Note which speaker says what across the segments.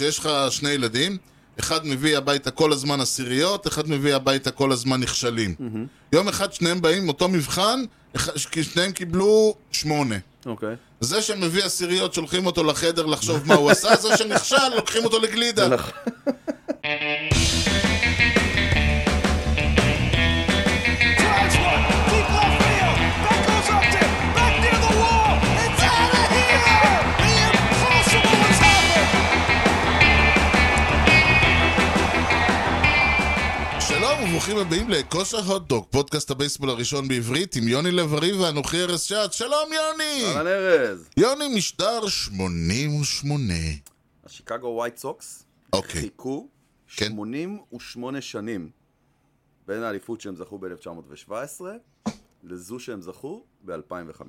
Speaker 1: כשיש לך שני ילדים, אחד מביא הביתה כל הזמן עשיריות, אחד מביא הביתה כל הזמן נכשלים. יום אחד שניהם באים עם אותו מבחן, אח- כי שניהם קיבלו שמונה.
Speaker 2: אוקיי.
Speaker 1: זה שמביא עשיריות, שולחים אותו לחדר לחשוב מה הוא עשה, זה שנכשל, לוקחים אותו לגלידה.
Speaker 3: drives one, deep left field. That goes up to back near the wall. It's out of here. The impossible has happened.
Speaker 1: שלום וברוכים הבאים לכושר הוטדוק, פודקאסט הבייסבול הראשון בעברית עם יוני לב-ארי ואנוכי ארז שעד. שלום יוני!
Speaker 2: אהלן ארז.
Speaker 1: יוני משדר 88.
Speaker 2: השיקגו ווייט סוקס
Speaker 1: אוקיי.
Speaker 2: חיכו
Speaker 1: כן.
Speaker 2: 88 שנים בין האליפות שהם זכו ב-1917 לזו שהם זכו ב-2005.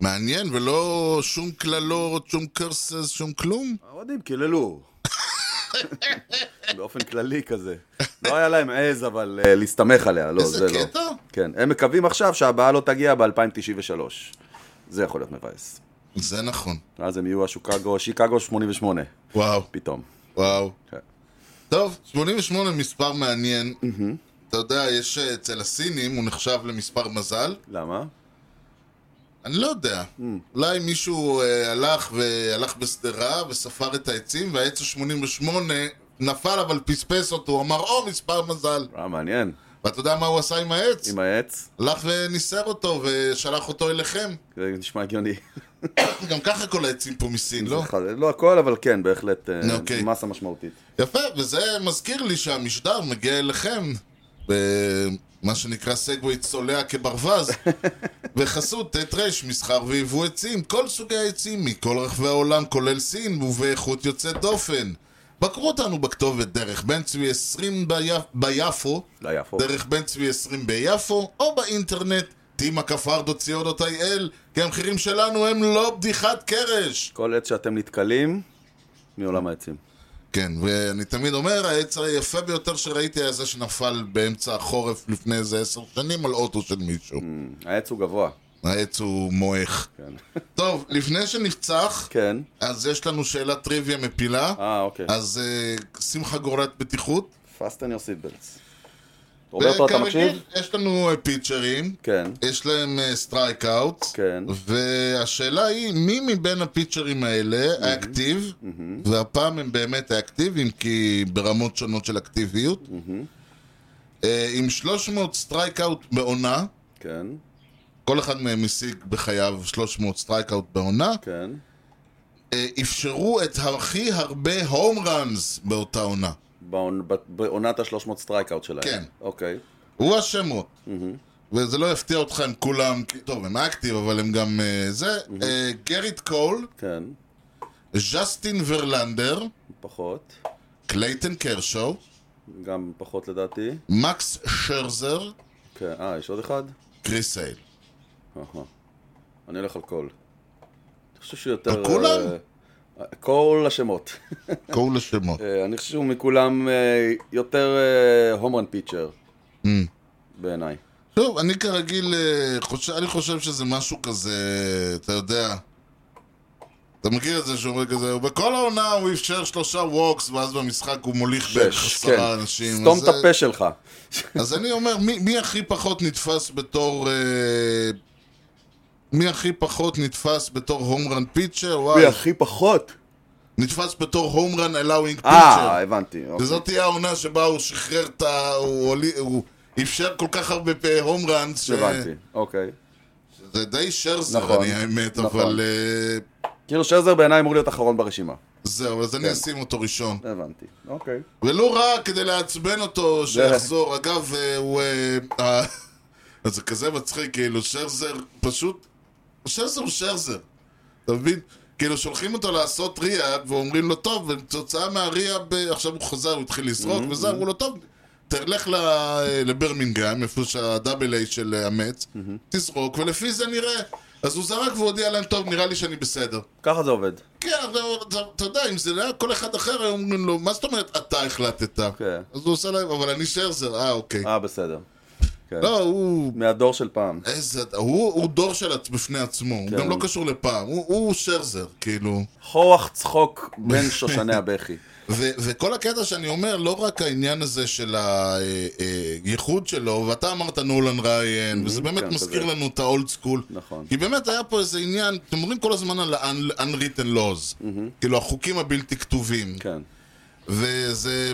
Speaker 1: מעניין, ולא שום קללות, שום קרסס, שום כלום?
Speaker 2: האוהדים קיללו. באופן כללי כזה. לא היה להם עז, אבל אה, להסתמך עליה, לא,
Speaker 1: איזה
Speaker 2: זה לא.
Speaker 1: קטע?
Speaker 2: כן, הם מקווים עכשיו שהבאה לא תגיע ב-2093. זה יכול להיות מבאס.
Speaker 1: זה נכון.
Speaker 2: אז הם יהיו השיקגו, שיקגו 88,
Speaker 1: וואו,
Speaker 2: פתאום.
Speaker 1: וואו.
Speaker 2: כן.
Speaker 1: טוב, 88 מספר מעניין. אתה יודע, יש אה, אצל הסינים, הוא נחשב למספר מזל.
Speaker 2: למה?
Speaker 1: אני לא יודע.
Speaker 2: Mm.
Speaker 1: אולי מישהו אה, הלך והלך בשדרה וספר את העצים, והעץ ה-88 נפל אבל פספס אותו, הוא אמר, או, מספר מזל.
Speaker 2: אה, מעניין.
Speaker 1: ואתה יודע מה הוא עשה עם העץ?
Speaker 2: עם העץ,
Speaker 1: הלך וניסר אותו ושלח אותו אליכם.
Speaker 2: זה נשמע הגיוני.
Speaker 1: גם ככה כל העצים פה מסין, לא?
Speaker 2: זה ח- לא הכל, אבל כן, בהחלט אה,
Speaker 1: אוקיי.
Speaker 2: מסה משמעותית.
Speaker 1: יפה, וזה מזכיר לי שהמשדר מגיע אליכם במה שנקרא סגווי צולע כברווז בחסות ט' ר' מסחר ויבוא עצים, כל סוגי העצים מכל רחבי העולם כולל סין ובאיכות יוצאת דופן. בקרו אותנו בכתובת דרך בן צבי 20 ביפ... ביפו,
Speaker 2: לא יפו.
Speaker 1: דרך בן צבי 20 ביפו, או באינטרנט, טימה כפרדו ציודו טייל, כי המחירים שלנו הם לא בדיחת קרש.
Speaker 2: כל עץ שאתם נתקלים, מעולם העצים.
Speaker 1: כן, ואני תמיד אומר, העץ היפה ביותר שראיתי היה זה שנפל באמצע החורף לפני איזה עשר שנים על אוטו של מישהו.
Speaker 2: העץ הוא גבוה.
Speaker 1: העץ הוא מועך.
Speaker 2: כן.
Speaker 1: טוב, לפני שנפצח,
Speaker 2: כן.
Speaker 1: אז יש לנו שאלת טריוויה מפילה.
Speaker 2: אה, אוקיי.
Speaker 1: אז אה, שים חגורת בטיחות.
Speaker 2: Fasten your seatbelts. רוברטו, אתה
Speaker 1: וכרגיל,
Speaker 2: מקשיב?
Speaker 1: יש לנו אה, פיצ'רים,
Speaker 2: כן.
Speaker 1: יש להם סטרייק אאוט.
Speaker 2: כן.
Speaker 1: והשאלה היא, מי מבין הפיצ'רים האלה האקטיב, והפעם הם באמת האקטיביים, כי ברמות שונות של אקטיביות, אה, עם 300 סטרייק אאוט בעונה,
Speaker 2: כן.
Speaker 1: כל אחד מהם השיג בחייו 300 סטרייק אאוט בעונה,
Speaker 2: כן.
Speaker 1: אה, אפשרו את הכי הרבה הום ראנס באותה עונה.
Speaker 2: בעונ- ב- בעונת ה-300 סטרייקאוט שלהם.
Speaker 1: כן.
Speaker 2: אוקיי.
Speaker 1: הוא השמות. וזה לא יפתיע אותך אם כולם, טוב, הם אקטיב, אבל הם גם אה, זה. אה, גריט קול,
Speaker 2: כן.
Speaker 1: ז'סטין ורלנדר,
Speaker 2: פחות.
Speaker 1: קלייטן קרשו,
Speaker 2: גם פחות לדעתי.
Speaker 1: מקס שרזר,
Speaker 2: כן. אה, יש עוד אחד?
Speaker 1: קריס הייל.
Speaker 2: אהה. אני הולך על קול. אני חושב שהוא יותר...
Speaker 1: כולם?
Speaker 2: אה, כל השמות.
Speaker 1: כל השמות.
Speaker 2: אה, אני חושב שהוא מכולם אה, יותר אה, הומרן פיצ'ר.
Speaker 1: Mm.
Speaker 2: בעיניי.
Speaker 1: טוב, אני כרגיל, אה, חושב, אני חושב שזה משהו כזה, אתה יודע, אתה מכיר את זה שאומרים כזה, בכל העונה הוא אפשר שלושה ווקס, ואז במשחק הוא מוליך בערך
Speaker 2: שש, כן.
Speaker 1: עשרה אנשים.
Speaker 2: סתום
Speaker 1: אז
Speaker 2: את
Speaker 1: זה-
Speaker 2: הפה שלך.
Speaker 1: אז אני אומר, מי, מי הכי פחות נתפס בתור... אה, מי הכי פחות נתפס בתור הומרן פיצ'ר? וואי,
Speaker 2: הכי פחות?
Speaker 1: נתפס בתור הומרן אלאווינג פיצ'ר.
Speaker 2: אה, הבנתי. אוקיי.
Speaker 1: וזאת תהיה העונה שבה הוא שחרר את ה... הוא, הולי- הוא אפשר כל כך הרבה הום ראנס,
Speaker 2: הבנתי, אוקיי.
Speaker 1: זה די שרזר,
Speaker 2: נכון,
Speaker 1: אני האמת,
Speaker 2: נכון.
Speaker 1: אבל אה,
Speaker 2: כאילו שרזר בעיניי אמור להיות אחרון ברשימה.
Speaker 1: זהו,
Speaker 2: כן.
Speaker 1: אז אני אשים אותו ראשון.
Speaker 2: הבנתי. אוקיי.
Speaker 1: ולא רע כדי לעצבן אותו שיחזור. אגב, אה, הוא... אה, אה, אז זה כזה מצחיק, כאילו, שרזר פשוט... שרזר הוא שרזר, אתה מבין? כאילו, שולחים אותו לעשות ריאד, ואומרים לו, טוב, וכתוצאה מהריאד, עכשיו הוא חזר, הוא התחיל לזרוק, וזה, אמרו לו, טוב, תלך ל- לברמינגהם, איפה שהדאבל איי של אה, המץ, תזרוק, ולפי זה נראה. אז הוא זרק והודיע להם, טוב, נראה לי שאני בסדר.
Speaker 2: ככה זה עובד.
Speaker 1: כן, אבל אתה- אתה יודע, אם זה לא היה כל אחד אחר, היו אומרים לו, מה זאת אומרת אתה החלטת?
Speaker 2: כן.
Speaker 1: אז הוא עושה להם, אבל אני שרזר, אה, אוקיי.
Speaker 2: אה, בסדר. כן.
Speaker 1: לא, הוא...
Speaker 2: מהדור של פעם.
Speaker 1: איזה... הוא הוא דור של... עצ- בפני עצמו, הוא
Speaker 2: כן.
Speaker 1: גם לא קשור לפעם, הוא- הוא שרזר, כאילו.
Speaker 2: חוח צחוק בין שושני הבכי.
Speaker 1: ו- וכל הקטע שאני אומר, לא רק העניין הזה של הייחוד שלו, ואתה אמרת נולן ריין, וזה באמת
Speaker 2: כן,
Speaker 1: מזכיר
Speaker 2: כזה.
Speaker 1: לנו את האולד סקול.
Speaker 2: נכון.
Speaker 1: כי באמת היה פה איזה עניין, אתם אומרים כל הזמן על ה-unwritten laws,
Speaker 2: Mm-hmm.
Speaker 1: כאילו החוקים הבלתי כתובים.
Speaker 2: כן.
Speaker 1: וזה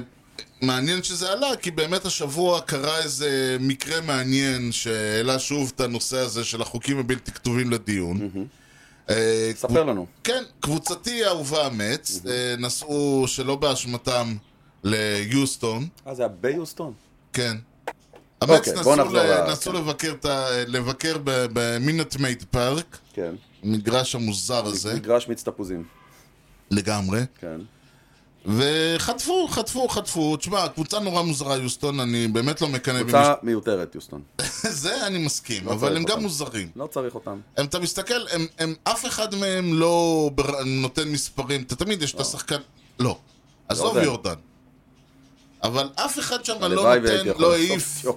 Speaker 1: מעניין שזה עלה, כי באמת השבוע קרה איזה מקרה מעניין שהעלה שוב את הנושא הזה של החוקים הבלתי כתובים לדיון. אה,
Speaker 2: ספר לנו.
Speaker 1: כן, קבוצתי האהובה אמץ, אה, נסעו שלא באשמתם ליוסטון,
Speaker 2: אה, זה היה ביוסטון?
Speaker 1: כן. אמץ
Speaker 2: אוקיי, בוא
Speaker 1: נסעו
Speaker 2: נחזור
Speaker 1: ל-
Speaker 2: ל-
Speaker 1: נסעו
Speaker 2: כן.
Speaker 1: לבקר את ה- לבקר ב- במינטמייט פארק,
Speaker 2: כן.
Speaker 1: המגרש המוזר הזה,
Speaker 2: מגרש מיץ תפוזים.
Speaker 1: לגמרי.
Speaker 2: כן.
Speaker 1: וחטפו, חטפו, חטפו. תשמע, קבוצה נורא מוזרה, יוסטון, אני באמת לא מקנא
Speaker 2: קבוצה מיותרת, יוסטון.
Speaker 1: זה אני מסכים,
Speaker 2: לא
Speaker 1: אבל
Speaker 2: צריך
Speaker 1: הם גם
Speaker 2: אותם.
Speaker 1: מוזרים.
Speaker 2: לא צריך אותם.
Speaker 1: הם, אתה מסתכל, הם, הם, אף אחד מהם לא בר- נותן מספרים. אתה תמיד יש את השחקן... לא. עזוב
Speaker 2: יורדן.
Speaker 1: יורדן. אבל אף אחד שם לא
Speaker 2: הלוואי והייתי
Speaker 1: נותן,
Speaker 2: יכול
Speaker 1: לא
Speaker 2: לעזוב
Speaker 1: העיף. אה?
Speaker 2: את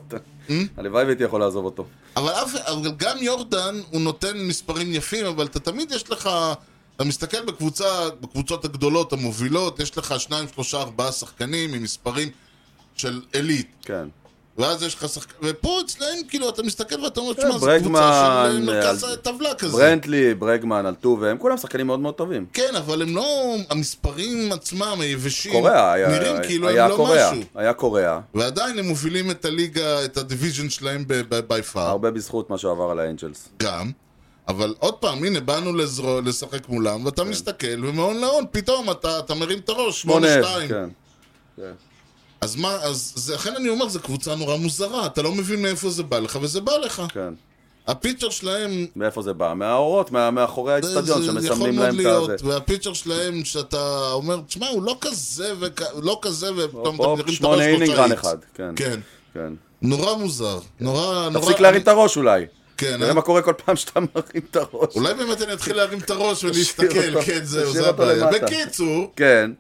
Speaker 2: יורדן. הלוואי והייתי יכול לעזוב אותו.
Speaker 1: אבל, אף, אבל גם יורדן, הוא נותן מספרים יפים, אבל אתה תמיד יש לך... אתה מסתכל בקבוצה, בקבוצות הגדולות, המובילות, יש לך שניים, שלושה, ארבעה שחקנים עם מספרים של עילית.
Speaker 2: כן.
Speaker 1: ואז יש לך שחקן... ופה אצלהם, כאילו, אתה מסתכל ואתה אומר,
Speaker 2: כן,
Speaker 1: תשמע, זו קבוצה
Speaker 2: ברגמן,
Speaker 1: של מרכז
Speaker 2: אה,
Speaker 1: הטבלה כזה.
Speaker 2: ברנטלי, ברגמן, אלטובה, הם כולם שחקנים מאוד מאוד טובים.
Speaker 1: כן, אבל הם לא... המספרים עצמם, היבשים,
Speaker 2: קוריאה היה
Speaker 1: נראים
Speaker 2: היה-
Speaker 1: כאילו
Speaker 2: היה
Speaker 1: הם לא
Speaker 2: קוריאה,
Speaker 1: משהו.
Speaker 2: היה קוריאה,
Speaker 1: ועדיין הם מובילים את הליגה, את הדיוויז'ן שלהם בי פאר,
Speaker 2: הרבה בזכות מה שעבר על האנג'לס.
Speaker 1: גם. אבל עוד פעם, הנה, באנו לזר... לשחק מולם,
Speaker 2: כן.
Speaker 1: ואתה מסתכל, ומהון להון, פתאום אתה, אתה מרים את הראש, 8-2.
Speaker 2: כן.
Speaker 1: אז מה, אז זה, לכן אני אומר, זו קבוצה נורא מוזרה, אתה לא מבין מאיפה זה בא לך, וזה בא לך.
Speaker 2: כן.
Speaker 1: הפיצ'ר שלהם
Speaker 2: מאיפה זה בא? מהאורות, מה- מאחורי האצטדיון,
Speaker 1: זה
Speaker 2: שמסמנים
Speaker 1: מאוד
Speaker 2: להם את הזה.
Speaker 1: והפיצ'ר שלהם, שאתה אומר, תשמע, הוא לא כזה, וכ... הוא לא כזה, ופתאום אתה מרים
Speaker 2: הופ,
Speaker 1: את הראש
Speaker 2: שמונה אינינג
Speaker 1: שלושה
Speaker 2: רן
Speaker 1: איקס.
Speaker 2: אחד. כן.
Speaker 1: כן.
Speaker 2: כן.
Speaker 1: נורא מוזר. נורא, נורא...
Speaker 2: תפסיק להרים את הראש אולי.
Speaker 1: כן,
Speaker 2: נראה
Speaker 1: אה?
Speaker 2: מה קורה כל פעם שאתה מרים את הראש.
Speaker 1: אולי באמת אני אתחיל להרים את הראש
Speaker 2: תשאיר
Speaker 1: ולהסתכל,
Speaker 2: אותו-
Speaker 1: כן, זהו,
Speaker 2: תשאיר
Speaker 1: זה
Speaker 2: אותו
Speaker 1: הבעיה.
Speaker 2: למטה.
Speaker 1: בקיצור,
Speaker 2: כן.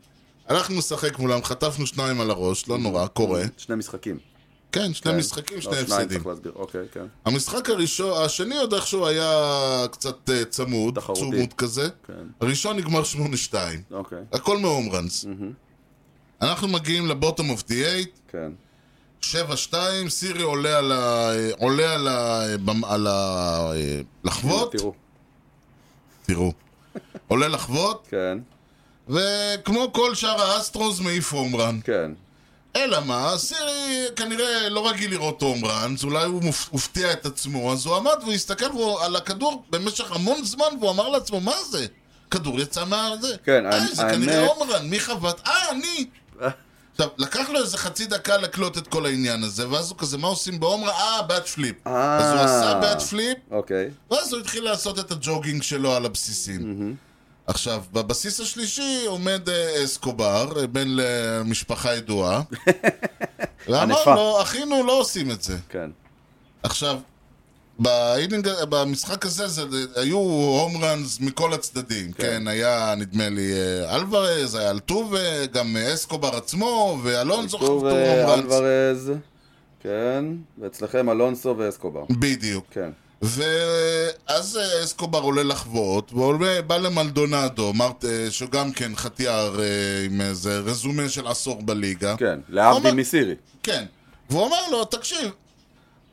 Speaker 1: הלכנו לשחק מולם, חטפנו שניים על הראש, לא נורא, קורה.
Speaker 2: שני משחקים.
Speaker 1: כן, שני
Speaker 2: כן.
Speaker 1: משחקים,
Speaker 2: לא,
Speaker 1: שני
Speaker 2: שניים,
Speaker 1: הפסדים.
Speaker 2: צריך להסביר. אוקיי, כן.
Speaker 1: המשחק הראשון, השני עוד איכשהו היה קצת אה, צמוד,
Speaker 2: תחרותי.
Speaker 1: צומוד כזה.
Speaker 2: כן.
Speaker 1: הראשון נגמר 8-2.
Speaker 2: אוקיי.
Speaker 1: הכל מהומרנס. אנחנו מגיעים לבוטום אוף די אייט,
Speaker 2: כן.
Speaker 1: 7-2, סירי עולה על ה... עולה על ה... במ- על ה... לחוות,
Speaker 2: תראו.
Speaker 1: תראו. עולה לחוות,
Speaker 2: כן.
Speaker 1: וכמו כל שאר האסטרוס מעיף הומרן.
Speaker 2: כן.
Speaker 1: אלא מה, סירי כנראה לא רגיל לראות הומרן, אז אולי הוא מופ- הופתיע את עצמו, אז הוא עמד והוא הסתכל והוא על הכדור במשך המון זמן, והוא אמר לעצמו, מה זה? כדור יצא מה זה?
Speaker 2: כן,
Speaker 1: אה, זה
Speaker 2: האמת-
Speaker 1: כנראה הומרן, מי חבט? אה, אני! עכשיו, לקח לו איזה חצי דקה לקלוט את כל העניין הזה, ואז הוא כזה, מה עושים בהומרה? אה, באט פליפ.
Speaker 2: אה.
Speaker 1: אז הוא עשה באט פליפ,
Speaker 2: אוקיי.
Speaker 1: ואז הוא התחיל לעשות את הג'וגינג שלו על הבסיסים. עכשיו, בבסיס השלישי עומד אה, אסקובר, אה, בן למשפחה ידועה. ואמר
Speaker 2: ענפה.
Speaker 1: לו, אחינו לא עושים את זה.
Speaker 2: כן.
Speaker 1: עכשיו, באינינג, במשחק הזה זה, היו הום ראנס מכל הצדדים, כן. כן, היה נדמה לי אה, אלוורז, היה אלטובה, גם אה, אסקובר עצמו, ואלונזו חטפו
Speaker 2: טוב,
Speaker 1: הום
Speaker 2: אה,
Speaker 1: ראנס.
Speaker 2: אלוורז. כן. ואצלכם אלונסו ואסקובר.
Speaker 1: בדיוק.
Speaker 2: כן.
Speaker 1: ואז אה, אסקובר עולה לחוות, ובא למלדונדו, מרט, אה, שגם כן חטיאר אה, עם איזה רזומה של עשור בליגה.
Speaker 2: כן. להבדיל
Speaker 1: אומר-
Speaker 2: מסירי.
Speaker 1: כן. והוא אומר לו, תקשיב,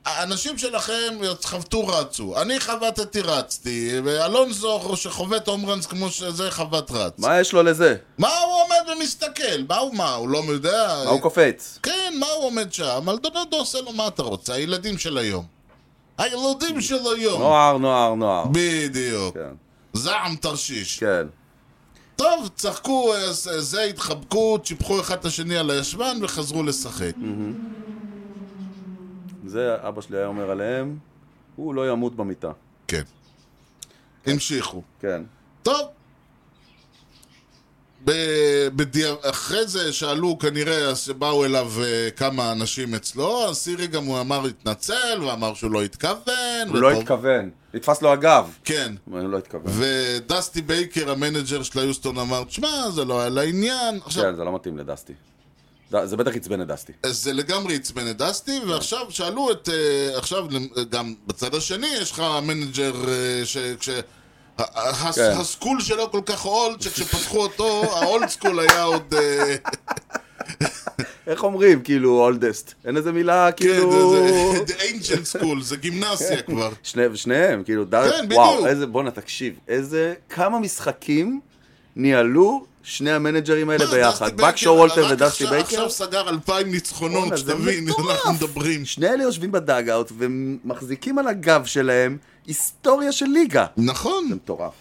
Speaker 1: האנשים שלכם חבטו רצו, אני חבטתי רצתי, ואלונזו שחובט הומרנס כמו שזה חבט רץ. מה?
Speaker 2: מה יש לו לזה?
Speaker 1: מה הוא עומד ומסתכל? מה הוא מה? הוא לא יודע?
Speaker 2: מה הוא קופץ?
Speaker 1: כן, מה הוא עומד שם? מלדונדו עושה לו מה אתה רוצה? הילדים של היום. הילדים של היום.
Speaker 2: נוער, נוער, נוער.
Speaker 1: בדיוק.
Speaker 2: כן.
Speaker 1: זעם תרשיש.
Speaker 2: כן.
Speaker 1: טוב, צחקו, אה, זה, זה, התחבקו, צ'יפחו אחד את השני על הישבן וחזרו לשחק.
Speaker 2: Mm. זה אבא שלי היה אומר עליהם, הוא לא ימות במיטה.
Speaker 1: כן. המשיכו.
Speaker 2: כן.
Speaker 1: טוב. ב- בדיע... אחרי זה שאלו כנראה, אז באו אליו uh, כמה אנשים אצלו, אז סירי גם הוא אמר התנצל, ואמר שהוא לא התכוון.
Speaker 2: הוא לא
Speaker 1: ופה-
Speaker 2: התכוון. נתפס לו הגב.
Speaker 1: כן.
Speaker 2: הוא לא התכוון.
Speaker 1: ודסטי בייקר, המנג'ר של היוסטון, אמר, תשמע, זה לא היה לעניין. עכשיו,
Speaker 2: כן, זה לא מתאים לדסטי. ד- זה בטח עצבן את דסטי.
Speaker 1: אז זה לגמרי עצבן את דסטי,
Speaker 2: כן.
Speaker 1: ועכשיו שאלו את... אה, עכשיו למ- גם בצד השני יש לך מנג'ר אה, ש... כש... ה- ה-
Speaker 2: כן.
Speaker 1: הסקול שלו כל כך אולד, שכשפתחו אותו, האולד סקול היה עוד... אה,
Speaker 2: איך אומרים, כאילו, אולדסט? אין איזה מילה,
Speaker 1: כן,
Speaker 2: כאילו... כן.
Speaker 1: זה- זה ancient school, זה גימנסיה כבר.
Speaker 2: שני, שניהם, כאילו, דארק,
Speaker 1: כן, בדיוק.
Speaker 2: וואו, איזה, בואנה, תקשיב, איזה, כמה משחקים ניהלו שני המנג'רים האלה
Speaker 1: מה,
Speaker 2: ביחד,
Speaker 1: אה, דסטי
Speaker 2: בק
Speaker 1: בייקר,
Speaker 2: שורוולטר
Speaker 1: רק
Speaker 2: ודסטי
Speaker 1: עכשיו-
Speaker 2: בייקר,
Speaker 1: עכשיו סגר אלפיים ניצחונות,
Speaker 2: בואנה, זה
Speaker 1: שתבין,
Speaker 2: מטורף.
Speaker 1: אנחנו מדברים.
Speaker 2: שני אלה יושבים בדאגאוט ומחזיקים על הגב שלהם היסטוריה של ליגה. זה
Speaker 1: נכון,
Speaker 2: מטורף,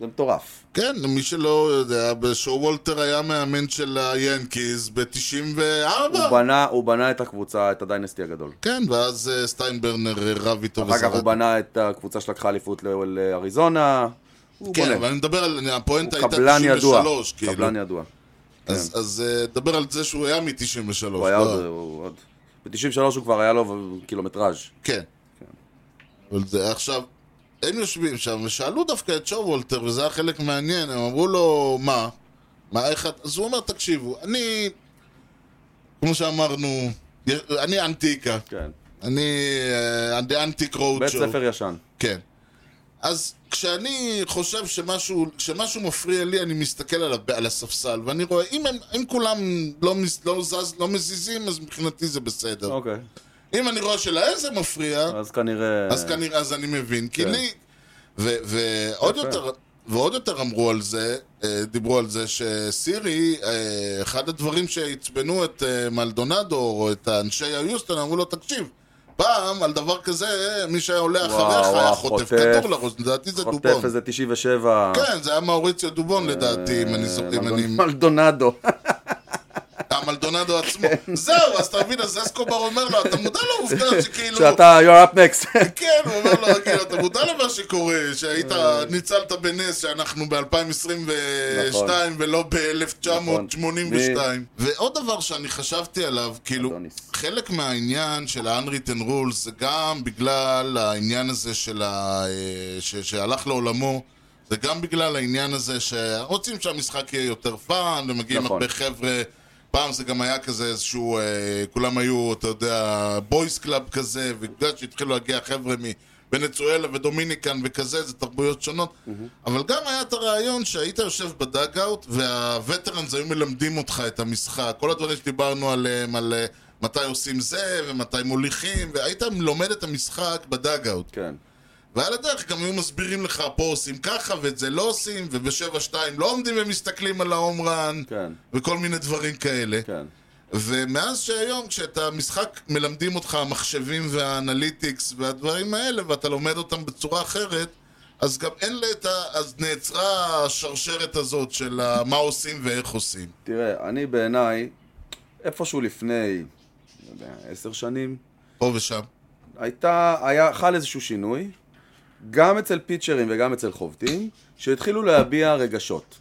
Speaker 2: זה מטורף.
Speaker 1: כן, למי שלא יודע, בשואו וולטר היה מאמן של היאנקיז
Speaker 2: הוא
Speaker 1: ב-94.
Speaker 2: בנה, הוא בנה את הקבוצה, את הדיינסטי הגדול.
Speaker 1: כן, ואז אה, סטיינברנר אה, רב איתו
Speaker 2: אחר כך הוא בנה את הקבוצה שלקחה אליפות ל- לאריזונה, הוא
Speaker 1: כן,
Speaker 2: בונה,
Speaker 1: אבל אני מדבר על... הפואנטה
Speaker 2: הוא
Speaker 1: הייתה
Speaker 2: קבלן ידוע,
Speaker 1: 93, כאילו.
Speaker 2: קבלן ידוע. כן.
Speaker 1: אז אז, אה, דבר על זה שהוא היה לא, מ-93.
Speaker 2: הוא היה עוד, הוא עוד, ב-93 הוא כבר היה לו קילומטראז'.
Speaker 1: כן. אבל זה עכשיו, הם יושבים שם ושאלו דווקא את שואו וולטר, וזה היה חלק מעניין, הם אמרו לו, מה? מה, איך את... אז הוא אומר, תקשיבו, אני, כמו שאמרנו, יש- אני אנטיקה,
Speaker 2: כן.
Speaker 1: אני אה, אני אנטיק רוד
Speaker 2: בית
Speaker 1: שואו.
Speaker 2: ספר ישן.
Speaker 1: כן. אז כשאני חושב שמשהו, כשמשהו מפריע לי, אני מסתכל על, הב- על הספסל, ואני רואה, אם, הם, אם כולם לא, מז, לא, זז, לא מזיזים, אז מבחינתי זה בסדר.
Speaker 2: אוקיי.
Speaker 1: אם אני רואה שלהם זה מפריע,
Speaker 2: אז כנראה...
Speaker 1: אז כנראה, אז אני מבין, כי
Speaker 2: אה, כן.
Speaker 1: לי... ו- ועוד
Speaker 2: יפה.
Speaker 1: יותר, ועוד יותר אמרו על זה, אה, דיברו על זה שסירי, אה, אחד הדברים שעצבנו את אה, מלדונדו, או את אנשי היוסטון, אמרו לו, תקשיב, פעם על דבר כזה, מי שהיה עולה
Speaker 2: וואו,
Speaker 1: אחריך היה
Speaker 2: וואו,
Speaker 1: חוטף
Speaker 2: חוטף.
Speaker 1: כדור לראש, לדעתי זה
Speaker 2: חוטף
Speaker 1: דובון.
Speaker 2: איזה 97...
Speaker 1: כן, זה היה מאוריציו דובון לדעתי, אם אני זוכר, אם אני...
Speaker 2: אה,
Speaker 1: לא.
Speaker 2: מלדונדו.
Speaker 1: המלדונדו עצמו.
Speaker 2: כן.
Speaker 1: זהו, אז אתה מבין, אז אסקובר אומר לו, אתה מודע לעובדה שכאילו...
Speaker 2: שאתה, you're up next.
Speaker 1: כן, הוא אומר לו, כאילו, אתה מודע למה שקורה, שהיית,
Speaker 2: אה.
Speaker 1: ניצלת בנס שאנחנו ב-2022
Speaker 2: נכון.
Speaker 1: ולא ב-1982.
Speaker 2: נכון.
Speaker 1: ועוד דבר שאני חשבתי עליו, כאילו,
Speaker 2: אדוניס.
Speaker 1: חלק מהעניין של ה-unwritten rules זה גם בגלל העניין הזה של ה... אה, ש- שהלך לעולמו. זה גם בגלל העניין הזה שרוצים שהמשחק יהיה יותר פאן, ומגיעים
Speaker 2: נכון.
Speaker 1: הרבה חבר'ה, פעם זה גם היה כזה איזשהו, אה, כולם היו, אתה יודע, בויס קלאב כזה, ובגלל שהתחילו להגיע חבר'ה מוונצואלה ודומיניקן וכזה, זה תרבויות שונות, אבל גם היה את הרעיון שהיית יושב בדאגאוט, והווטרנס היו מלמדים אותך את המשחק, כל הדברים שדיברנו עליהם, על אה, מתי עושים זה, ומתי מוליכים, והיית לומד את המשחק בדאגאוט.
Speaker 2: כן.
Speaker 1: ועל הדרך גם היו מסבירים לך, פה עושים ככה, ואת זה לא עושים, וב-7-2 לא עומדים ומסתכלים על ההום רן,
Speaker 2: כן.
Speaker 1: וכל מיני דברים כאלה.
Speaker 2: כן.
Speaker 1: ומאז שהיום, כשאת המשחק מלמדים אותך המחשבים והאנליטיקס והדברים האלה, ואתה לומד אותם בצורה אחרת, אז גם אין לה את ה... אז נעצרה השרשרת הזאת של ה- מה עושים ואיך עושים.
Speaker 2: תראה, אני בעיניי, איפשהו לפני, לא יודע, עשר שנים,
Speaker 1: פה ושם.
Speaker 2: הייתה, היה, חל איזשהו שינוי, גם אצל פיצ'רים וגם אצל חובטים, שהתחילו להביע רגשות.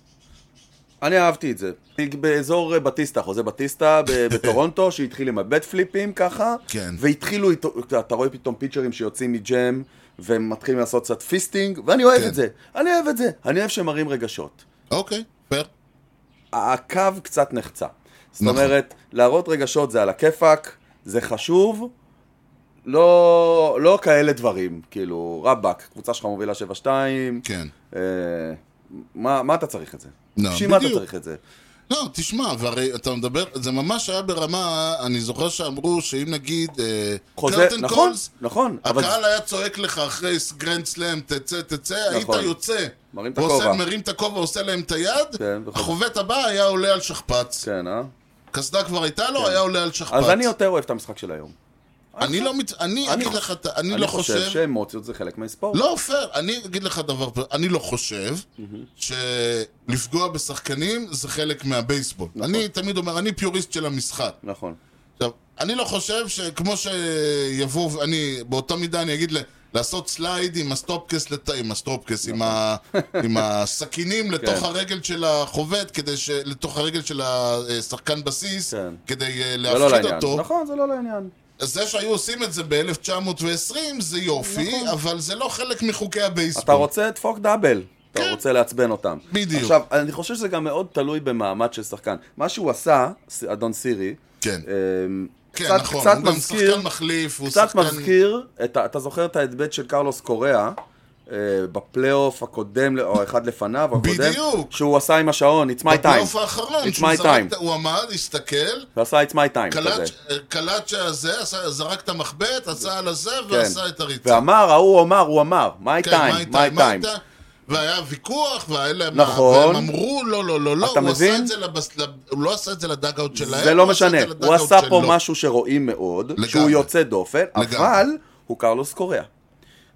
Speaker 2: אני אהבתי את זה. באזור אה, בטיסטה, חוזה בטיסטה ב- בטורונטו, שהתחיל עם הבט פליפים ככה,
Speaker 1: כן.
Speaker 2: והתחילו, איתו- אתה אתה רואה פתאום פיצ'רים שיוצאים מג'ם, והם מתחילים לעשות קצת פיסטינג, ואני אוהב
Speaker 1: כן.
Speaker 2: את זה, אני אוהב את זה, אני אוהב שהם מראים רגשות.
Speaker 1: אוקיי, פייר.
Speaker 2: הקו קצת נחצה. זאת
Speaker 1: נכון.
Speaker 2: אומרת, להראות רגשות זה על הכיפאק, זה חשוב, לא, לא כאלה דברים, כאילו, רבאק, קבוצה שלך מובילה 7-2,
Speaker 1: כן.
Speaker 2: אה, מה, מה אתה צריך את זה?
Speaker 1: לא,
Speaker 2: בשביל מה אתה
Speaker 1: בדיוק.
Speaker 2: צריך את זה?
Speaker 1: לא, תשמע, והרי אתה מדבר, זה ממש היה ברמה, אני זוכר שאמרו שאם נגיד... אה,
Speaker 2: חוזה,
Speaker 1: curtain
Speaker 2: נכון,
Speaker 1: calls,
Speaker 2: נכון, אבל
Speaker 1: הקהל היה צועק לך אחרי גרנד סלאם, תצא, תצא, היית
Speaker 2: נכון.
Speaker 1: יוצא.
Speaker 2: מרים את
Speaker 1: הוא עושה-
Speaker 2: הכובע.
Speaker 1: מרים את הכובע, עושה להם את היד,
Speaker 2: כן, בכל-
Speaker 1: החובט הבא היה עולה על שכפ"ץ.
Speaker 2: כן, אה?
Speaker 1: קסדה כבר הייתה לו, היה עולה על שכפ"ץ.
Speaker 2: אז אני יותר אוהב את המשחק של היום.
Speaker 1: אני לא מת... אני
Speaker 2: אני
Speaker 1: אגיד
Speaker 2: חוש-
Speaker 1: לך, את ה- אני
Speaker 2: אני
Speaker 1: לא חושב...
Speaker 2: שאמוציות זה חלק מהספורט.
Speaker 1: לא פייר, אני אגיד לך דבר, פ- אני לא חושב שלפגוע בשחקנים זה חלק מהבייסבול. אני תמיד אומר, אני פיוריסט של המשחק.
Speaker 2: נכון.
Speaker 1: עכשיו, אני לא חושב שכמו שיבוא, ואני, באותה מידה אני אגיד ל- לעשות סלייד עם הסטופקס, לת... עם הסטופקס, עם, ה... עם הסכינים לתוך
Speaker 2: כן.
Speaker 1: הרגל של החובט, כדי ש... לתוך הרגל של השחקן בסיס,
Speaker 2: כן.
Speaker 1: כדי אה,
Speaker 2: זה לא
Speaker 1: להפחיד
Speaker 2: לעניין.
Speaker 1: אותו.
Speaker 2: נכון, זה לא לעניין.
Speaker 1: אז זה שהיו עושים את זה ב-1920 זה יופי, אבל זה לא חלק מחוקי הבייסבול.
Speaker 2: אתה רוצה, דפוק דאבל. אתה
Speaker 1: כן.
Speaker 2: רוצה לעצבן אותם.
Speaker 1: בדיוק.
Speaker 2: עכשיו, אני חושב שזה גם מאוד תלוי במעמד של שחקן. מה שהוא עשה, ס- אדון סירי,
Speaker 1: כן.
Speaker 2: אמ,
Speaker 1: כן,
Speaker 2: קצת-
Speaker 1: נכון,
Speaker 2: קצת
Speaker 1: הוא גם
Speaker 2: מזכיר-
Speaker 1: שחקן מחליף, הוא
Speaker 2: קצת
Speaker 1: שחקן...
Speaker 2: מזכיר, את ה- אתה זוכר את ההדבט של קרלוס קוריאה, אה, בפלייאוף הקודם, ל- או האחד לפניו, הקודם,
Speaker 1: בדיוק.
Speaker 2: שהוא עשה עם השעון, it's my
Speaker 1: בפלייאוף
Speaker 2: time,
Speaker 1: האחרון,
Speaker 2: It's
Speaker 1: שהוא
Speaker 2: my
Speaker 1: זרק,
Speaker 2: time.
Speaker 1: הוא עמד, הסתכל,
Speaker 2: ועשה it's my time, כזה.
Speaker 1: קלט- קלט שזה, עשה- זרק את המחבט, עשה על הזה
Speaker 2: כן.
Speaker 1: ועשה את הריצה.
Speaker 2: ואמר, ההוא אמר, הוא אמר, my
Speaker 1: כן, מה
Speaker 2: time,
Speaker 1: איתה,
Speaker 2: my
Speaker 1: מה
Speaker 2: time.
Speaker 1: איתה? והיה ויכוח, והאלה,
Speaker 2: נכון.
Speaker 1: והם אמרו לא, לא, לא, לא,
Speaker 2: אתה
Speaker 1: הוא עשה
Speaker 2: מבין?
Speaker 1: את זה לבס... לב- הוא לא עשה את זה לדאגאוט שלהם,
Speaker 2: זה לא
Speaker 1: הוא עשה את
Speaker 2: משנה,
Speaker 1: זה לא.
Speaker 2: הוא עשה
Speaker 1: לדאגאוט
Speaker 2: פה
Speaker 1: שלו.
Speaker 2: משהו שרואים מאוד,
Speaker 1: לגמרי.
Speaker 2: שהוא יוצא דופן,
Speaker 1: לגמרי. נכון.
Speaker 2: אבל הוא קרלוס קוריאה.